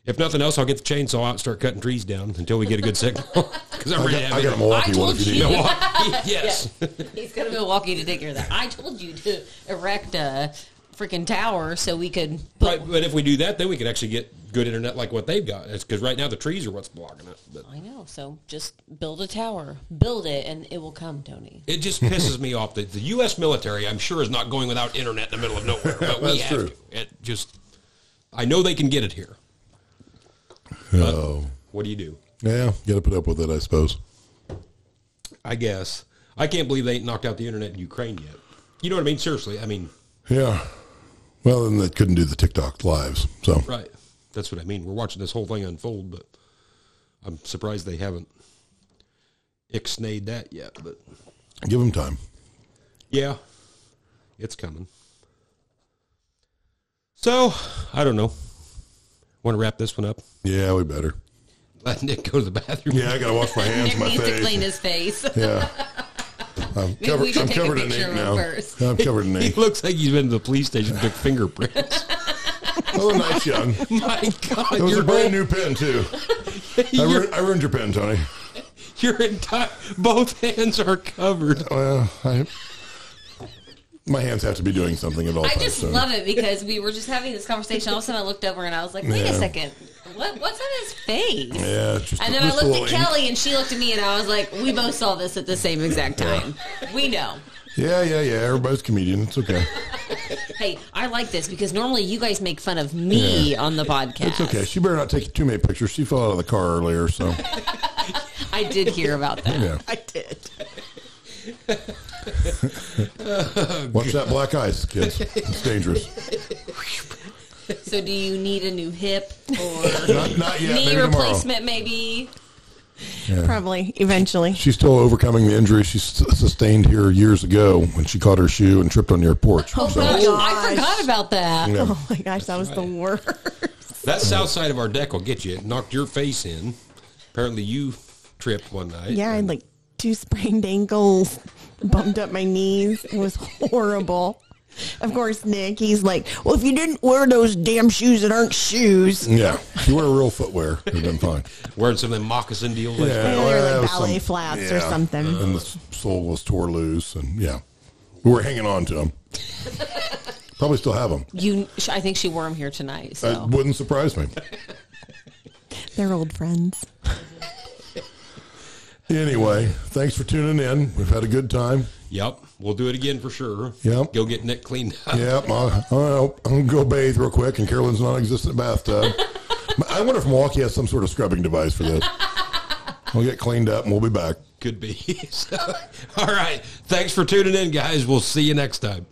[SPEAKER 1] if nothing else, I'll get the chainsaw out and start cutting trees down until we get a good signal. <laughs> Because I'm
[SPEAKER 2] I
[SPEAKER 1] ready to
[SPEAKER 2] got, I
[SPEAKER 1] have
[SPEAKER 2] got
[SPEAKER 1] <laughs>
[SPEAKER 2] a Milwaukee one
[SPEAKER 4] I told
[SPEAKER 2] if you need.
[SPEAKER 4] you.
[SPEAKER 2] it.
[SPEAKER 1] it. yes.
[SPEAKER 4] He's going to Milwaukee to take care of that. I told you to erect a freaking tower so we could
[SPEAKER 1] <laughs>
[SPEAKER 4] put.
[SPEAKER 1] Right, but if we do that, then we could actually get good internet like what they've got. It's because right now the trees are what's blocking it. But
[SPEAKER 4] I know. So just build a tower, build it, and it will come, Tony.
[SPEAKER 1] it
[SPEAKER 2] <laughs>
[SPEAKER 1] just pisses me off that the U.S. military, I'm sure, is not going without internet in the middle of nowhere. But we
[SPEAKER 2] That's
[SPEAKER 1] have
[SPEAKER 2] true.
[SPEAKER 1] to. It just, I know they can get it here.
[SPEAKER 2] Oh,
[SPEAKER 1] What do you do?
[SPEAKER 2] yeah, got to put up with it, I suppose.
[SPEAKER 1] I guess I can't believe they ain't knocked out the internet in Ukraine yet. You know what I mean? Seriously, I mean,
[SPEAKER 2] Yeah. Well, then they couldn't do the TikTok lives. So
[SPEAKER 1] right? That's what I mean. We're watching this whole thing unfold, but I'm surprised they haven't ixnayed that yet. But
[SPEAKER 2] give them time.
[SPEAKER 1] Yeah, it's coming. So I don't know. Want to wrap this one up?
[SPEAKER 2] Yeah, we better.
[SPEAKER 1] Let Nick go to the bathroom.
[SPEAKER 2] Yeah, I got to
[SPEAKER 4] <laughs>
[SPEAKER 2] wash my hands,
[SPEAKER 4] Nick
[SPEAKER 2] my
[SPEAKER 4] needs to clean
[SPEAKER 2] face.
[SPEAKER 4] his face.
[SPEAKER 2] Yeah. I'm
[SPEAKER 4] Maybe
[SPEAKER 2] covered,
[SPEAKER 4] we should
[SPEAKER 2] I'm
[SPEAKER 4] take a
[SPEAKER 2] covered in
[SPEAKER 4] picture
[SPEAKER 2] ink
[SPEAKER 4] of him
[SPEAKER 2] now.
[SPEAKER 4] first.
[SPEAKER 2] I'm covered in
[SPEAKER 1] <laughs> He
[SPEAKER 4] <laughs>
[SPEAKER 2] ink.
[SPEAKER 1] looks like he's been to the police station and took fingerprints. <laughs>
[SPEAKER 2] Oh, the night's young. It
[SPEAKER 1] My God,
[SPEAKER 2] was
[SPEAKER 1] your
[SPEAKER 2] a
[SPEAKER 1] <laughs>
[SPEAKER 2] brand
[SPEAKER 1] whole-
[SPEAKER 2] new pen, too. I,
[SPEAKER 1] Your,
[SPEAKER 2] ru- I ruined your pen, Tony.
[SPEAKER 1] your entire both hands are covered.
[SPEAKER 2] Well, I, my hands have to be doing something at all
[SPEAKER 4] I
[SPEAKER 2] times.
[SPEAKER 4] just
[SPEAKER 2] so.
[SPEAKER 4] love it because we were just having this conversation. All of a sudden, I looked over and I was like, wait a
[SPEAKER 2] Yeah.
[SPEAKER 4] second. What, what's on his face?
[SPEAKER 2] Yeah, it's just
[SPEAKER 4] And
[SPEAKER 2] a-
[SPEAKER 4] then I
[SPEAKER 2] just a
[SPEAKER 4] looked
[SPEAKER 2] little
[SPEAKER 4] at
[SPEAKER 2] ink.
[SPEAKER 4] Kelly and she looked at me and I was like, we both saw this at the same exact time.
[SPEAKER 2] <laughs>
[SPEAKER 4] We know.
[SPEAKER 2] Yeah, yeah, yeah. Everybody's comedian. It's okay.
[SPEAKER 4] Hey, I like this because normally you guys make fun of me
[SPEAKER 2] Yeah.
[SPEAKER 4] on the podcast.
[SPEAKER 2] It's okay. She better not take too many pictures. She fell out of the car earlier, so
[SPEAKER 4] I did hear about that.
[SPEAKER 2] yeah.
[SPEAKER 3] <laughs> I did.
[SPEAKER 2] Watch that black ice,
[SPEAKER 3] <laughs>
[SPEAKER 2] kids. It's dangerous.
[SPEAKER 4] So, do you need a new hip or
[SPEAKER 2] Not, not yet.
[SPEAKER 4] knee
[SPEAKER 2] maybe tomorrow.
[SPEAKER 4] replacement? Maybe.
[SPEAKER 3] Probably eventually.
[SPEAKER 2] She's still overcoming the injury she s- sustained here years ago when she caught her shoe and tripped on your porch.
[SPEAKER 4] Oh,
[SPEAKER 2] So,
[SPEAKER 4] gosh, I
[SPEAKER 3] gosh.
[SPEAKER 4] forgot about that.
[SPEAKER 2] yeah.
[SPEAKER 3] Oh my gosh, that was the worst.
[SPEAKER 1] That south side of our deck will get you. It knocked your face in. Apparently, you tripped one night.
[SPEAKER 3] Yeah, I had like two sprained ankles, bumped up my knees. It was horrible. Of course, Nick, he's like, well, if you didn't wear those damn shoes that aren't shoes,
[SPEAKER 2] Yeah. If you wear real footwear, it would have been fine.
[SPEAKER 1] wearing some of them moccasin deals. like
[SPEAKER 2] Yeah,
[SPEAKER 1] that.
[SPEAKER 3] they were
[SPEAKER 2] well,
[SPEAKER 3] <laughs> like
[SPEAKER 2] some-
[SPEAKER 3] ballet flats or
[SPEAKER 2] yeah.
[SPEAKER 3] something.
[SPEAKER 2] And the sole was tore loose. And yeah, we were hanging on
[SPEAKER 3] <laughs>
[SPEAKER 2] to them. Probably still have them.
[SPEAKER 4] You, sh- I think she wore them here tonight. So
[SPEAKER 2] It wouldn't surprise me.
[SPEAKER 3] They're old friends.
[SPEAKER 2] Anyway, thanks for tuning in. We've had a good time.
[SPEAKER 1] Yep, we'll do it again for sure.
[SPEAKER 2] Yep.
[SPEAKER 1] go get Nick cleaned up.
[SPEAKER 2] Yep, I, I'll, I'll go bathe real quick in Carolyn's non-existent bathtub. I wonder if Milwaukee has some sort of scrubbing device for this. We'll get cleaned up and we'll be back.
[SPEAKER 1] <laughs> Could be. So, all right. Thanks for tuning in, guys. We'll see you next time.